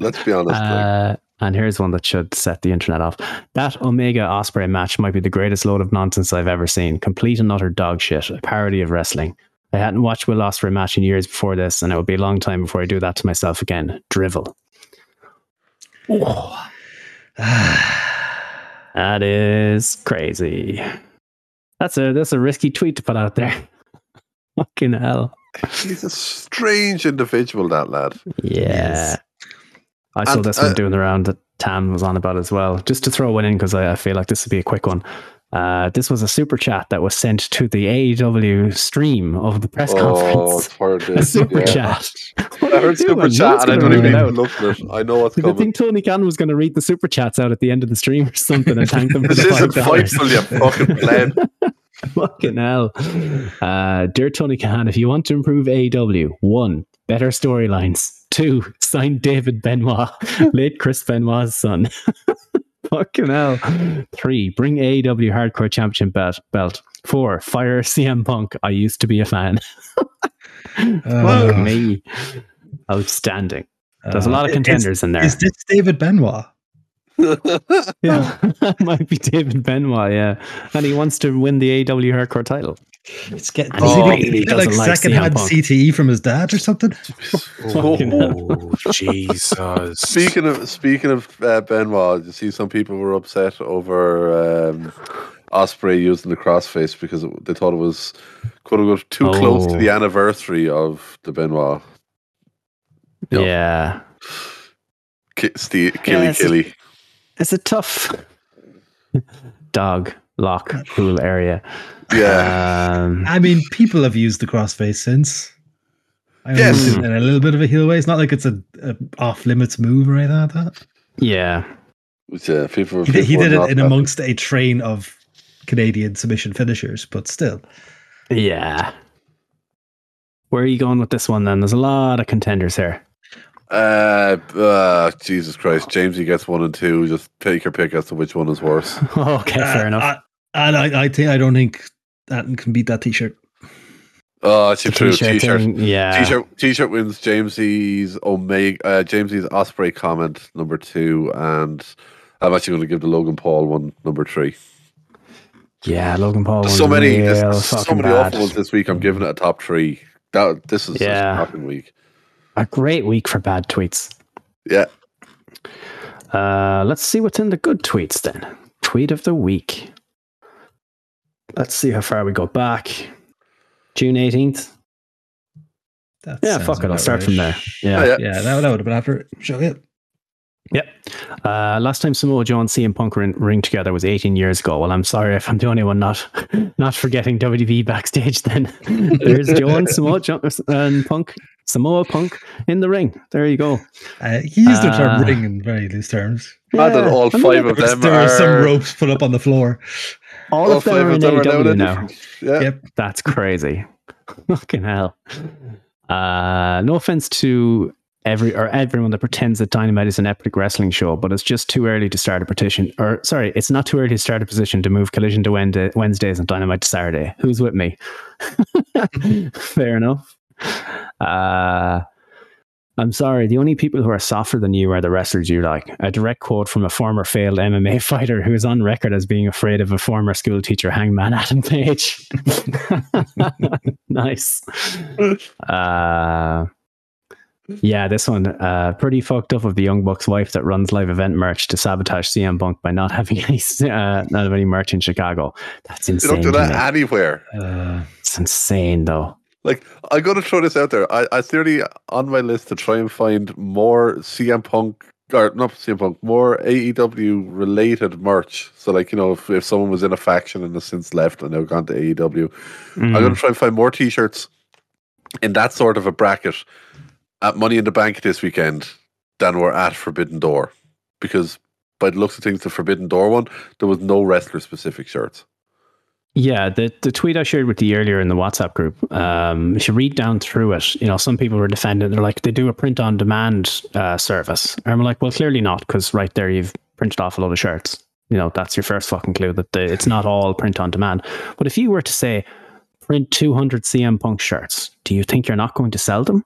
let's be honest, like, Uh, and here's one that should set the internet off. That Omega Osprey match might be the greatest load of nonsense I've ever seen. Complete and utter dog shit, a parody of wrestling. I hadn't watched Will Osprey match in years before this, and it would be a long time before I do that to myself again. Drivel. Ah. That is crazy. That's a that's a risky tweet to put out there. Fucking hell. he's a strange individual. That lad. Yeah. Yes. I saw And, this one uh, doing the round that Tam was on about as well. Just to throw one in because I, I feel like this would be a quick one. Uh, this was a super chat that was sent to the AEW stream of the press Oh, conference. it's hard. A super yeah. chat. What I are you heard super doing? chat, Who's and I gonna don't read even it need out? to look at it. I know what's It's a good thing coming. Tony Khan was going to read the super chats out at the end of the stream or something and thank them for This the isn't five dollars. fightful, you fucking pleb. Fucking hell. Uh, dear Tony Khan, if you want to improve AEW, one, better storylines. Two, sign David Benoit, late Chris Benoit's son. Fucking hell. Three, bring AEW Hardcore Championship belt. belt. Four, fire CM Punk. I used to be a fan. Fuck Uh, me. Outstanding. There's a uh, lot of is- contenders in there. Is this David Benoit? yeah. Might be David Benoit, yeah. And he wants to win the AEW Hardcore title. It's getting And he oh, really is it like doesn't like secondhand CM Punk. CTE from his dad or something. Fucking hell. Oh, Jesus. Speaking of speaking of uh, Benoit, you see some people were upset over um, Osprey using the crossface because it, they thought it was quote unquote too close to Oh. the anniversary of the Benoit Yeah. Yeah. ki- ste- killy Yes. killy. it's a tough dog lock pool area. Yeah, Um, I mean, people have used the crossface since. I Yes. yes. in a little bit of a heel way. It's not like it's a, a off limits move or anything like that. yeah, Which, uh, people, He did, he people did were it in not happy. amongst a train of Canadian submission finishers, but still. yeah. Where are you going with this one then? There's a lot of contenders here. Uh, uh, Jesus Christ, Jamesy gets one and two. Just take your pick as to which one is worse. okay, Uh, fair enough. I, and I, I think I don't think that can beat that T-shirt. Oh, she The threw a t-shirt t-shirt. thing, Yeah. T-shirt, T-shirt wins Jamesy's Omega, uh, Jamesy's Osprey comment number two, and I'm actually going to give the Logan Paul one number three. Yeah, Logan Paul. There's was so many, real there's so fucking many bad. awful ones this week. I'm giving it a top three. That this is Yeah. such a fucking week. A great week for bad tweets. Yeah, Uh, let's see what's in the good tweets then. Tweet of the week. Let's see how far we go back. June 18th. That Yeah, sounds fuck it. I'll about start right. from there. Yeah. Oh, yeah. Yeah, that, that would have been after show it. Yep. Uh, last time Samoa Joe and CM Punk were in ring together was 18 years ago. Well, I'm sorry if I'm the only one not not forgetting WWE backstage. Then there's Joe and Samoa Joe and Punk, Samoa Punk in the ring. There you go. Uh, he used the term Uh, ring in very loose terms. Mad that all I mean, five of There was- them there were some are. ropes put up on the floor. all All of them five are in of them are now AEW in now. Yeah, Yep. That's crazy. Fucking hell. Uh, no offense to every or everyone that pretends that Dynamite is an epic wrestling show, but it's just too early to start a petition. Or sorry, it's not too early to start a petition to move Collision to Wed- Wednesdays and Dynamite to Saturday. Who's with me? Fair enough. Uh, I'm sorry. The only people who are softer than you are the wrestlers you like. A direct quote from a former failed MMA fighter who is on record as being afraid of a former school teacher, Hangman Adam Page. nice. Uh, yeah, this one uh, pretty fucked up of the young buck's wife that runs live event merch to sabotage CM Punk by not having any uh, not having any merch in Chicago. That's they insane. don't do to that me. anywhere. Uh, it's insane though. Like I'm going to throw this out there. I, I theory on my list to try and find more CM Punk or not CM Punk, more AEW related merch. So like you know, if, if someone was in a faction and has since left and they've gone to AEW, I'm Hmm. going to try and find more T-shirts in that sort of a bracket at Money in the Bank this weekend than we're at Forbidden Door, because by the looks of things, the Forbidden Door one there was no wrestler specific shirts. Yeah, the, the tweet I shared with you earlier in the WhatsApp group, um, if you read down through it, you know, some people were defending, they're like, they do a print on demand uh, service. And I'm like, well, clearly not, because right there you've printed off a load of shirts. You know, that's your first fucking clue that the, it's not all print on demand. But if you were to say, print 200 CM Punk shirts, do you think you're not going to sell them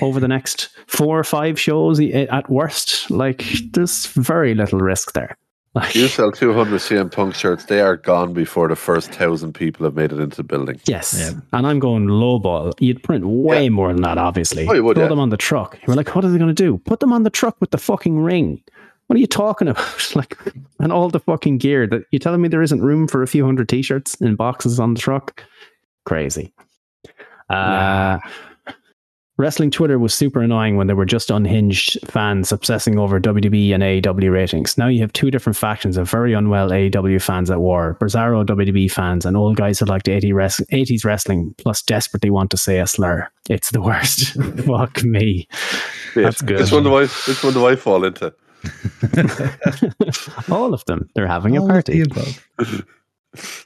over the next four or five shows e- at worst? Like, there's very little risk there. Like, You sell 200 CM Punk shirts, they are gone before the first thousand people have made it into the building. Yes. Yeah. And I'm going lowball. You'd print way more than that, obviously. Oh, you would, Throw yeah. them on the truck. You're like, what are they going to do? Put them on the truck with the fucking ring. What are you talking about? like, and all the fucking gear that you're telling me there isn't room for a few hundred t-shirts in boxes on the truck. Crazy. Uh, Wrestling Twitter was super annoying when there were just unhinged fans obsessing over WWE and AEW ratings. Now you have two different factions of very unwell AEW fans at war Bizarro WWE fans and old guys who liked 80 res- 80s wrestling, plus desperately want to say a slur. It's the worst. Fuck me. That's good. Which one do I? Which one do I fall into? All of them. They're having all a of the party. above.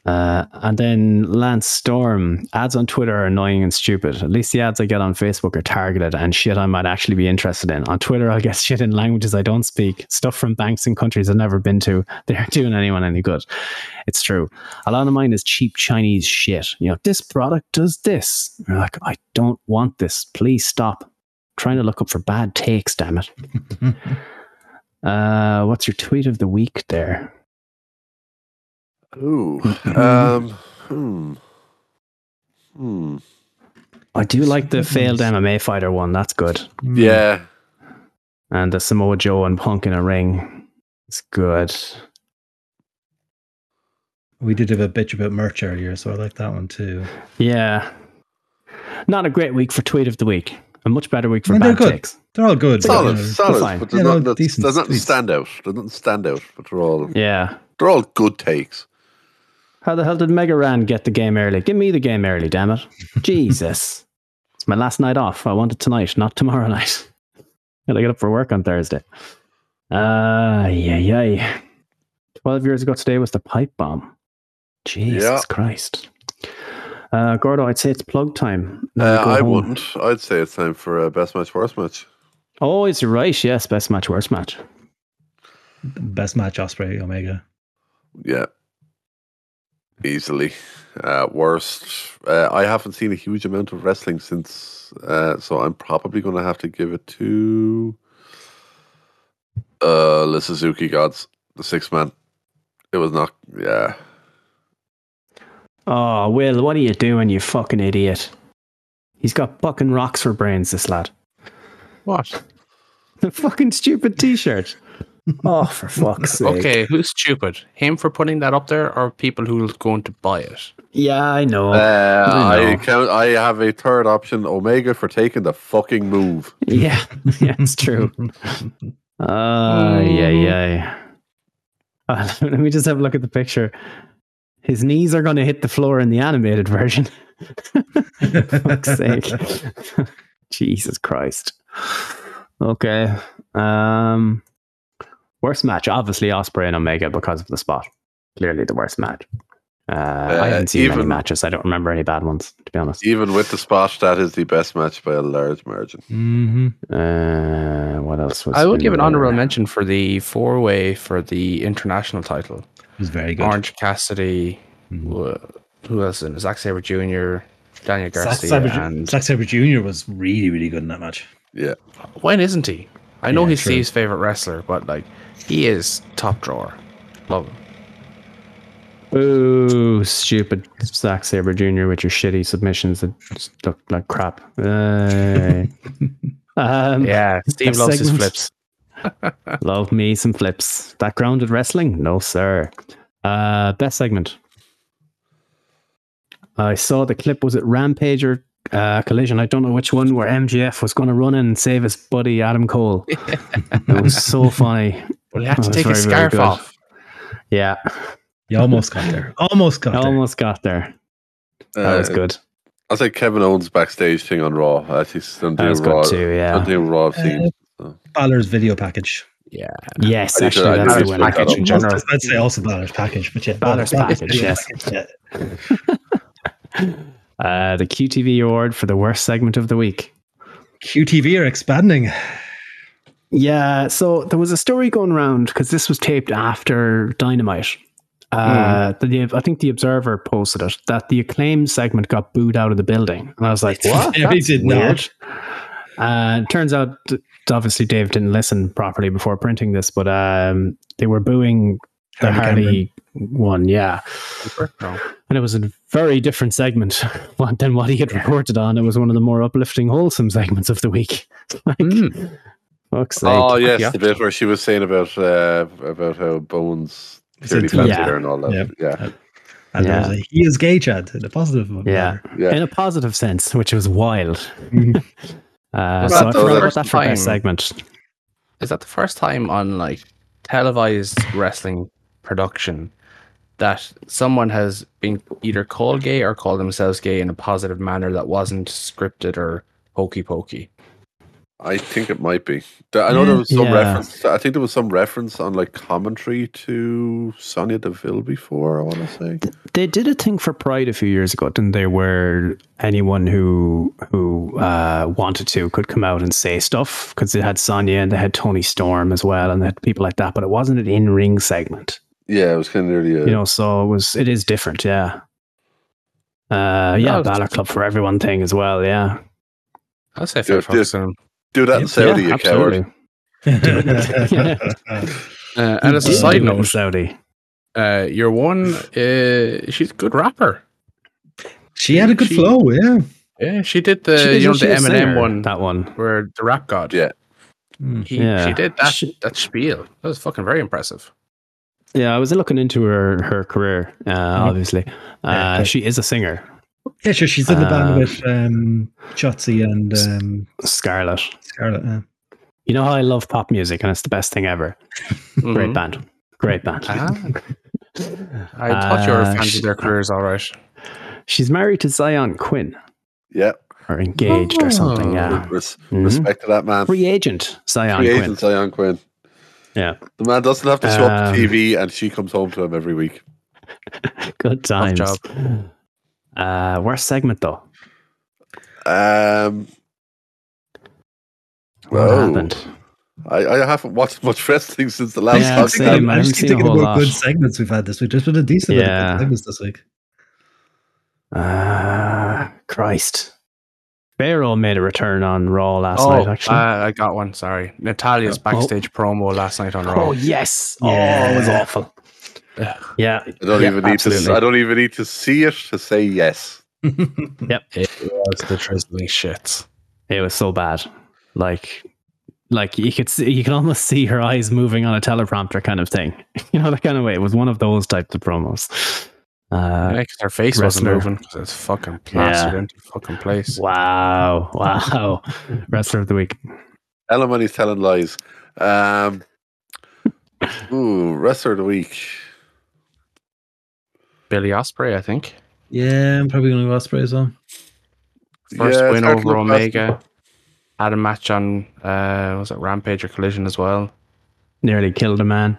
Uh, and then Lance Storm ads on Twitter are annoying and stupid. At least the ads I get on Facebook are targeted and shit I might actually be interested in. On Twitter, I'll get shit in languages I don't speak, stuff from banks and countries I've never been to. They aren't doing anyone any good. It's true. A lot of mine is cheap Chinese shit. You know, this product does this. You're like, I don't want this. Please stop. trying to look up for bad takes, damn it. uh, what's your tweet of the week there? Ooh. Um. Hmm. Hmm. I do like the Goodness. failed MMA fighter one. That's good. Hmm. Yeah. and the Samoa Joe and Punk in a ring. It's good. We did have a bitch about merch earlier, so I like that one too. Yeah. Not a great week for tweet of the week. A much better week for No, they're bad good. takes. They're all good. Solid, you know. solid, fine. Yeah, but there's they're not, all that's, decent there's nothing tweets. stand out. There doesn't stand out, but they're all Yeah. they're all good takes. How the hell did Mega Ran get the game early? Give me the game early, damn it. Jesus. It's my last night off. I want it tonight, not tomorrow night. Gotta get up for work on Thursday. Ah, yeah, yeah. 12 years ago today was the pipe bomb. Jesus Yeah. Christ. Uh, Gordo, I'd say it's plug time. Now Uh, we go I home. wouldn't. I'd say it's time for a best match, worst match. Oh, it's right. Yes, best match, worst match. Best match Osprey Omega. Yeah. easily. Uh, worst. Uh, I haven't seen a huge amount of wrestling since, uh, so I'm probably going to have to give it to uh, the Suzuki Gods, the six man. It was not. Yeah, Oh, Will, what are you doing, you fucking idiot? He's got fucking rocks for brains, this lad. What? The fucking stupid t shirt. oh, for fuck's sake. Okay, who's stupid? Him for putting that up there, or people who are going to buy it? Yeah, I know. I uh, I Oh. know. count. I have a third option: Omega for taking the fucking move. yeah, yeah, it's true. Ah, yeah, Mm. yeah. Uh, let me just have a look at the picture. His knees are going to hit the floor in the animated version. fuck's sake. Jesus Christ. Okay. Um worst match, obviously Osprey and Omega because of the spot. Clearly the worst match. Uh, Uh, I haven't seen many even- matches. I don't remember any bad ones, to be honest. Even with the spot, that is the best match by a large margin. hmm Uh, what else was I will in give an there? honorable mention for the four way for the international title. It was very good. Orange Cassidy, Mhm. wh- who else? in it? Zack Sabre Jr., Daniel Zack Garcia. Sabre, and Zack Sabre Jr. was really, really good in that match. Yeah, when isn't he? I know Yeah, he's true. Steve's favorite wrestler, but like he is top drawer. Love him. Ooh, stupid Zack Sabre Jr. with your shitty submissions that just look like crap. Uh, um, Yeah, Steve That loves his segment. flips. Love me some flips. That grounded wrestling? No, sir. Uh, best segment. I saw the clip. Was it Rampage or uh, Collision? I don't know which one. Where MGF was going to run in and save his buddy Adam Cole. it was so funny. Well, he had to That's take his very, very scarf good. off. Yeah, You almost got there. Almost got I almost got there. That was Uh, good. I think Kevin Owens backstage thing on Raw. I think he's done That doing was Raw. good too. done Yeah. doing Raw there. scenes. Uh, Balor's video package. Yes, I need to- I actually, need that's the winner. to look that Package up. in general. I'd say also Balor's package, but yeah, Balor's package, yes. Yeah. Uh, the QTV award for the worst segment of the week. QTV are expanding. Yeah, so there was a story going around because this was taped after Dynamite. Uh, the, I think the Observer posted it that the acclaim segment got booed out of the building, and I was like, "What? No, it did not. Uh, it turns out, that obviously, Dave didn't listen properly before printing this, but um, they were booing the Harley Harley one, yeah. No. And it was a very different segment than what he had reported on. It was one of the more uplifting, wholesome segments of the week. like, Mm. fuck's sake. Oh yes, yeah. the bit where she was saying about uh, about how Bones It's clearly into- fancied Yeah. her and all that. Yeah. Yeah, And there Yeah. was a, he is gay, Chad, in a positive one. Yeah. yeah. in a positive sense, which was wild. Mhm. uh, Well, so I that's forgot the about that for best time. segment. Is that the first time on like televised wrestling production that someone has been either called gay or called themselves gay in a positive manner that wasn't scripted or hokey pokey? I think it might be. Th- I know there was some Yeah. reference. I think there was some reference on like commentary to Sonia Deville before. I want to say. They did a thing for Pride a few years ago, didn't they? Where anyone who who uh, wanted to could come out and say stuff because they had Sonya and they had Tony Storm as well, and they had people like that. But it wasn't an in ring segment, Yeah, it was kind of nearly. A, you know. So it was it is different, yeah. Uh, yeah, No, it's- Balor Club for everyone thing as well, yeah. I'll say Yeah, fair dude. fucks to him. do that in Saudi, yeah, you coward. Uh, and as a Yeah, side do it in note, Saudi. uh, your one, uh, she's a good rapper. she had a good She- flow, yeah. Yeah, she did the She did- you know she the a Eminem singer, one that one. where the rap god. Yeah. Mm. He, Yeah. she did that She- that spiel. That was fucking very impressive. Yeah, I was looking into her her career. Uh, Mm-hmm. Obviously, Yeah, uh, yeah. she is a singer, Yeah, sure. She's in the Um, band with um, Shotzi and um, Scarlett. Scarlett. Yeah. You know how I love pop music, and it's the best thing ever. Great Mhm. band, great band. Uh-huh. Ah. I thought you were Uh, fans she- of their careers, all right. She's married to Zion Quinn, Yeah, or engaged, or something. Yeah, res- Oh, Mhm. respect to that man. free agent Zion Free Quinn. agent Zion Quinn. Yeah, The man doesn't have to show up Um, to TV, and she comes home to him every week. good times. job. Uh, worst segment though. Um, What Oh. Oh. happened? I, I haven't watched much wrestling since the last Yeah, time. same, that- man. I I'm haven't just keep seen a thinking whole about lot. good segments we've had this week. There's been a decent amount Yeah. of good segments this week. Ah, Christ. Pharaoh made a return on Raw last night, actually. Uh, I got one. Sorry, Natalia's Oh. backstage promo last night on Raw. oh, yes. Oh, it was Yeah. awful. Yeah. Yeah. I don't yeah, even need to. I don't even need to see it to say yes. It was the drizzling shit. It was so bad. Like, like you could see, you could almost see her eyes moving on a teleprompter kind of thing. You know, that kind of way. It was one of those types of promos. Uh, Yeah, 'cause her face wrestler. wasn't moving 'cause it's fucking plastered into the fucking place. Wow. Wow. Wrestler of the week. Tell him when he's telling lies. Um, ooh, wrestler of the week. Billy Osprey, I think. Yeah, I'm probably going to go Osprey as well. First Yeah, it's win hard to over look past Omega. Had a match on uh was it Rampage or Collision as well. Nearly killed a man.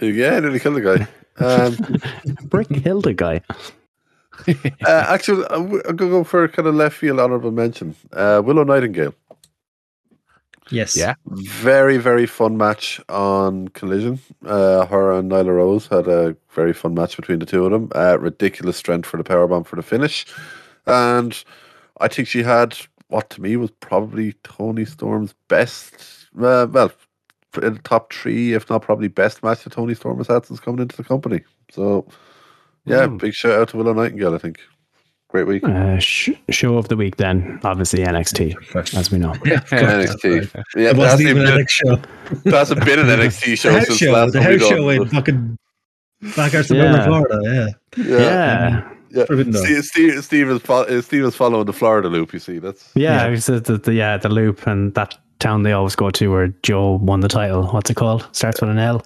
Yeah, nearly killed the guy. Um, Brick killed a guy. uh, actually, I'm going to go for kind of left field honorable mention. Uh, Willow Nightingale. Yes. Yeah. Very, very fun match on Collision. Uh, her and Nyla Rose had a very fun match between the two of them. Uh, ridiculous strength for the powerbomb for the finish. And I think she had what to me was probably Tony Storm's best, uh, well, in the top three, if not probably best match that Tony Storm has had since coming into the company. So, yeah, Hmm. Mm. big shout out to Willow Nightingale, I think. Great week. Uh, sh- show of the week, then. Obviously, NXT, as we know. NXT. Yeah, It there wasn't hasn't even even an been, NXT show. there hasn't been an NXT The show house since show. last The time we house done. show in fucking backyard suburban Yeah. Florida. Yeah. Yeah. Yeah. Yeah. Forbidden Door. Steve, Steve, Steve, is fo- uh, Steve is following the Florida loop, you see. That's Yeah. It's the, the, the, yeah. The loop and that town they always go to where Joe won the title. What's it called? Starts with an L.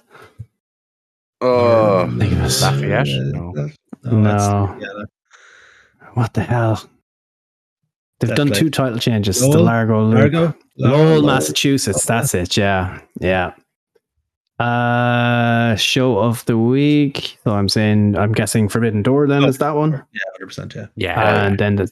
oh, think it was- Lafayette? Yeah, No. that- No. that's- yeah, that- What the hell? They've That's done like- two title changes. the Lowell? Largo loop. Largo? Lowell, Massachusetts. That's it. Yeah. Yeah. Uh, show of the week. So I'm saying, I'm guessing Forbidden Door then is that one. Yeah, 100%. Yeah. Oh, Yeah. and then the,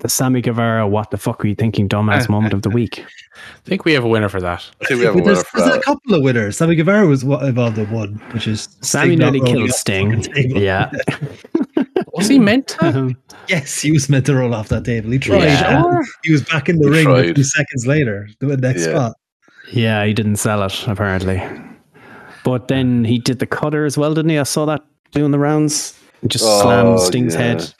the Sammy Guevara, what the fuck were you thinking, dumbass moment of the week? I think we have a winner for that. I think we have a uh, But winner there's, for there's a that. couple of winners. Sammy Guevara was wa- involved in one, which is Sammy Sting not nearly rolling killed off the Sting. fucking table. Yeah. Was he meant to? Um, Yes, he was meant to roll off that table. He tried. Yeah. and He was back in the He ring tried. a few seconds later, the next Yeah. spot. yeah, he didn't sell it, apparently. But then he did the cutter as well, didn't he? I saw that doing the rounds. He Just Oh, slammed Sting's yeah. head.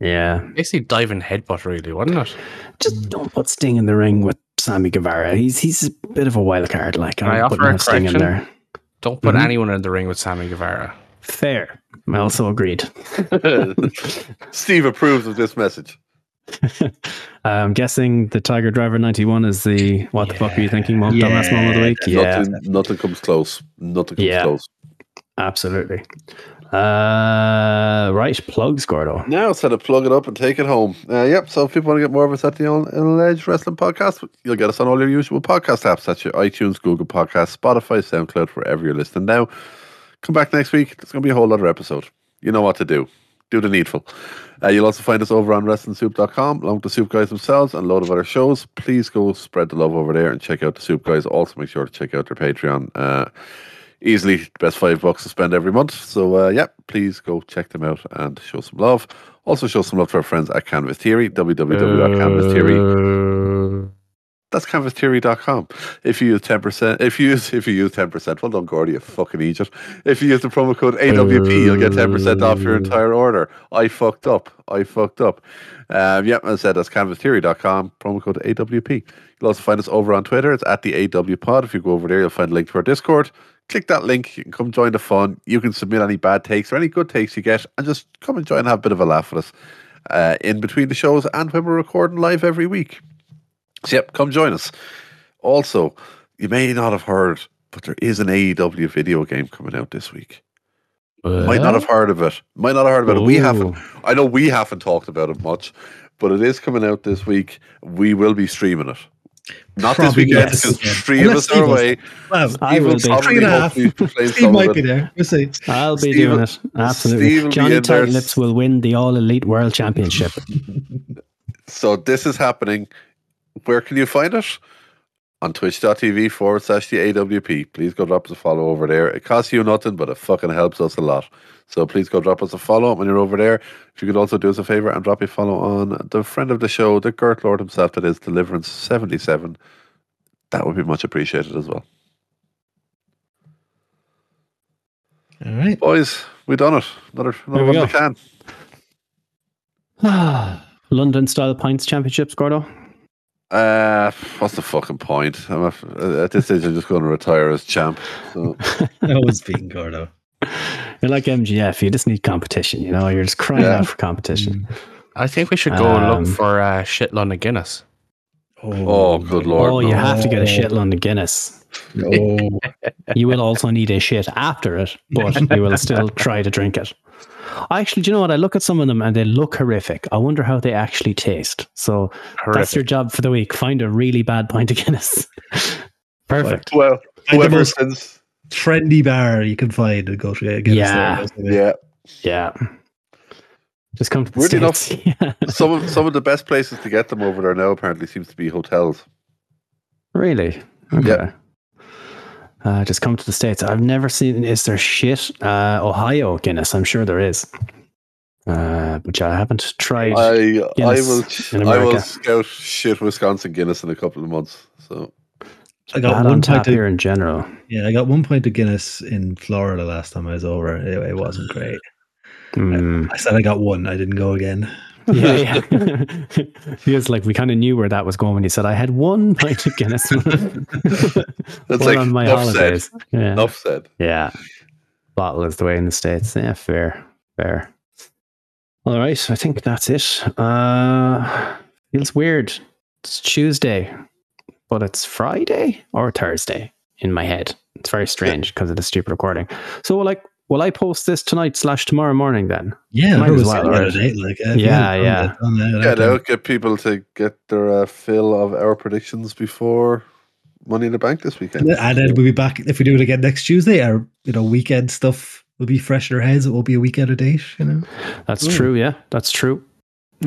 Yeah. Basically diving headbutt really, wasn't it? Just don't put Sting in the ring with Sammy Guevara. He's he's a bit of a wild card. Like, Can I I'm offer putting a no Sting in correction? there. Don't put Mm-hmm. Mhm. anyone in the ring with Sammy Guevara. Fair. I also agreed. Steve approves of this message. I'm guessing the Tiger Driver 91 is the what the fuck are you thinking moment, dumbass moment of the week? Yeah, Nothing, nothing comes close. Nothing comes Yeah. close. absolutely. Uh, right, plugs, Gordo. Now it's time to plug it up and take it home. Uh, yep. So if people want to get more of us at the On On Edge Wrestling Podcast, you'll get us on all your usual podcast apps. That's your iTunes, Google Podcasts, Spotify, SoundCloud, wherever you're listening now. Come back next week. There's going to be a whole other episode. You know what to do. Do the needful. Uh, you'll also find us over on WrestlingSoup.com, along with the Soup Guys themselves and a load of other shows. Please go spread the love over there and check out the Soup Guys. Also, make sure to check out their Patreon. Uh, easily the best five bucks to spend every month. So, uh, yeah, please go check them out and show some love. Also, show some love to our friends at Canvas Theory, www.canvastheory. That's canvastheory.com. If you use 10%, if you use, if you use 10%, well done, Gordy, you fucking idiot. If you use the promo code AWP, you'll get 10% off your entire order. I fucked up. I fucked up. Um, yep, as I said, that's canvastheory.com, promo code AWP. You'll also find us over on Twitter. It's at the AW Pod. If you go over there, you'll find a link to our Discord. Click that link. You can come join the fun. You can submit any bad takes or any good takes you get and just come and join and have a bit of a laugh with us uh, in between the shows and when we're recording live every week. So, yep, come join us. Also, you may not have heard, but there is an AEW video game coming out this week. Uh, Might not have heard of it. Might not have heard about it. We haven't. I know we haven't talked about it much, but it is coming out this week. We will be streaming it. Not this Probably weekend, not this because weekend. three Unless of us Steve are was- away. Wow. I Steve will will be. probably Three and a half. hopefully play Steve some of might be it. there. We'll see. I'll be Steve doing will- it. Absolutely. Steve will be Johnny in there. Tight Lips will win the All Elite World Championship. So this is happening. Where can you find it? on twitch.tv forward slash the AWP. Please go drop us a follow over there. It costs you nothing, but it fucking helps us a lot. So please go drop us a follow when you're over there. If you could also do us a favor and drop a follow on the friend of the show, the Gert Lord himself, that is Deliverance 77. That would be much appreciated as well. All right. Boys, we done it. Another, another There we one in go. the can. London style pints championships, Gordo. Uh, what's the fucking point? I'm a, at this stage, I'm just going to retire as champ. So. Always beating Gordo. You're like MGF. You just need competition. You know, you're just crying Yeah. out for competition. I think we should go Um, look for uh, shit London Guinness. Oh, good lord. oh, you no. have to get no. a shit London Guinness. Oh, You will also need a shit after it, but you will still try to drink it. Actually, do you know what? I look at some of them and they look horrific. I wonder how they actually taste. So that's your Horrific. job for the week. Find a really bad pint of Guinness. Perfect. Well, Find the whoever most sends. trendy bar you can find and go to get get Yeah. us there. Yeah. Yeah. Just come to the Weird enough- States. Yeah. some of some of the best places to get them over there now apparently seems to be hotels. Really? Okay. Uh, just come to the States. I've never seen, is there shit? Uh, Ohio Guinness. I'm sure there is. Uh, but yeah, I haven't tried. I Guinness I in will I will America. scout shit Wisconsin Guinness in a couple of months. So I got that one on tap pint of, here in general. yeah, I got one pint of Guinness in Florida last time I was over. It, it wasn't great. Mm. I said I got one. I didn't go again. yeah, yeah. feels like we kind of knew where that was going when you said I had one pint of Guinness. that's One like on my enough said. holidays. Yeah. Enough said. Yeah. Bottle is the way in the States. Yeah, fair. Fair. All right. So I think that's it. Uh feels weird. It's Tuesday, but it's Friday or Thursday in my head. It's very strange because of the stupid recording. So will I will I post this tonight slash tomorrow morning then? Yeah, Might I as was well, saying the other right? day, like, uh, Yeah, yeah. done that, done that, Yeah, done now that. get people to get their uh, fill of our predictions before Money in the Bank this weekend. And then we'll be back if we do it again next Tuesday. Our you know weekend stuff will be fresh in our heads. It will be a week out of date. You know, That's true. Yeah, that's true.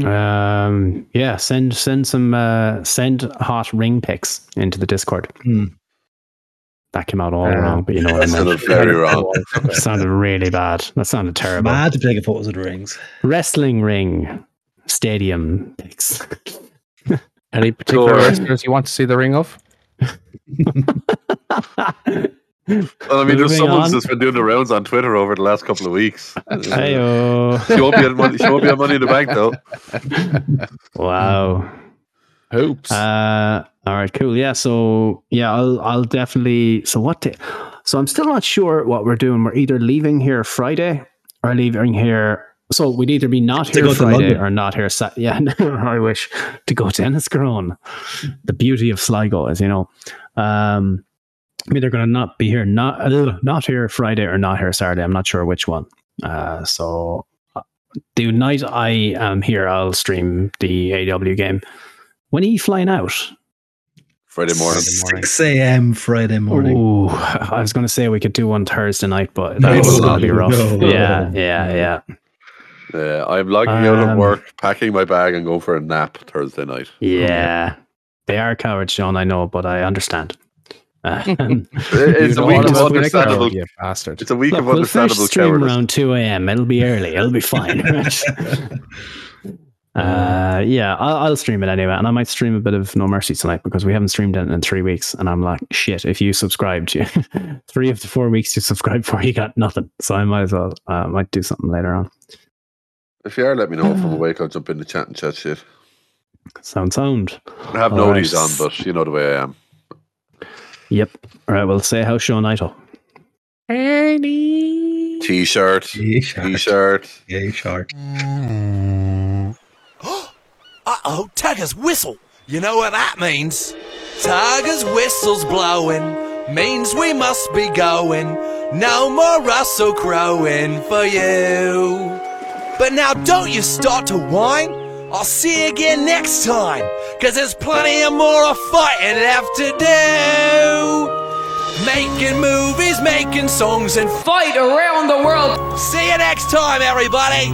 Um, yeah, send send some uh, send hot ring pics into the Discord. Hmm. That came out all Yeah. wrong, but you know what That I meant. sounded very wrong. That sounded really bad. That sounded terrible. mad to take photos of the rings. Wrestling ring stadium pics. Any particular Sure. wrestlers you want to see the ring of? Well, I mean, there's Moving someone on. that's been doing the rounds on Twitter over the last couple of weeks. she Heyo. won't be on Money. She won't be on Money in the Bank though. wow. Hoops. Uh, all right, cool. Yeah, so yeah, I'll I'll definitely. So what? day so I'm still not sure what we're doing. We're either leaving here Friday or leaving here. So we'd either be not To here go to Friday London. or not here. Sat- yeah, I wish to go to Enniscrone. The beauty of Sligo, as you know. Um, I'm either going to not be here, not uh, not here Friday or not here Saturday. I'm not sure which one. Uh, so uh, the night I am here, I'll stream the AW game. When are you flying out? Friday morning. Six a.m. Friday morning. Ooh, I was going to say we could do one Thursday night, but No, that's going to be no, rough. no. yeah, yeah, yeah. Yeah, I'm logging out of Um, work, packing my bag, and going for a nap Thursday night. Yeah. They are cowards, Sean, I know, but I understand. Um, It's a know week what of I'm gonna go. understandable. You bastard. It's a week um, look, of we'll finish understandable stream cowardice. around 2 a.m. It'll be early. It'll be fine. uh, yeah, I'll, I'll stream it anyway. And I might stream a bit of No Mercy tonight because we haven't streamed it in three weeks. And I'm like, shit, if you subscribed, you, three of the four weeks you subscribed for, you got nothing. So I might as well, uh, might do something later on. If you are, let me know if Um, I'm awake. I'll jump in the chat and chat shit. Sound, sound. I have All right. noties on, but you know the way I am. Yep. All right. Well, say how Sean Idol. T-shirt, Yeah, shark. T-shirt. Yeah, shark. Uh oh, Tiger's whistle. You know what that means? Tiger's whistle's blowing, means we must be going. No more Russell crowing for you. But now don't you start to whine. I'll see you again next time, cause there's plenty of more of fighting left to do. Making movies, making songs, and fight around the world. see you next time, everybody.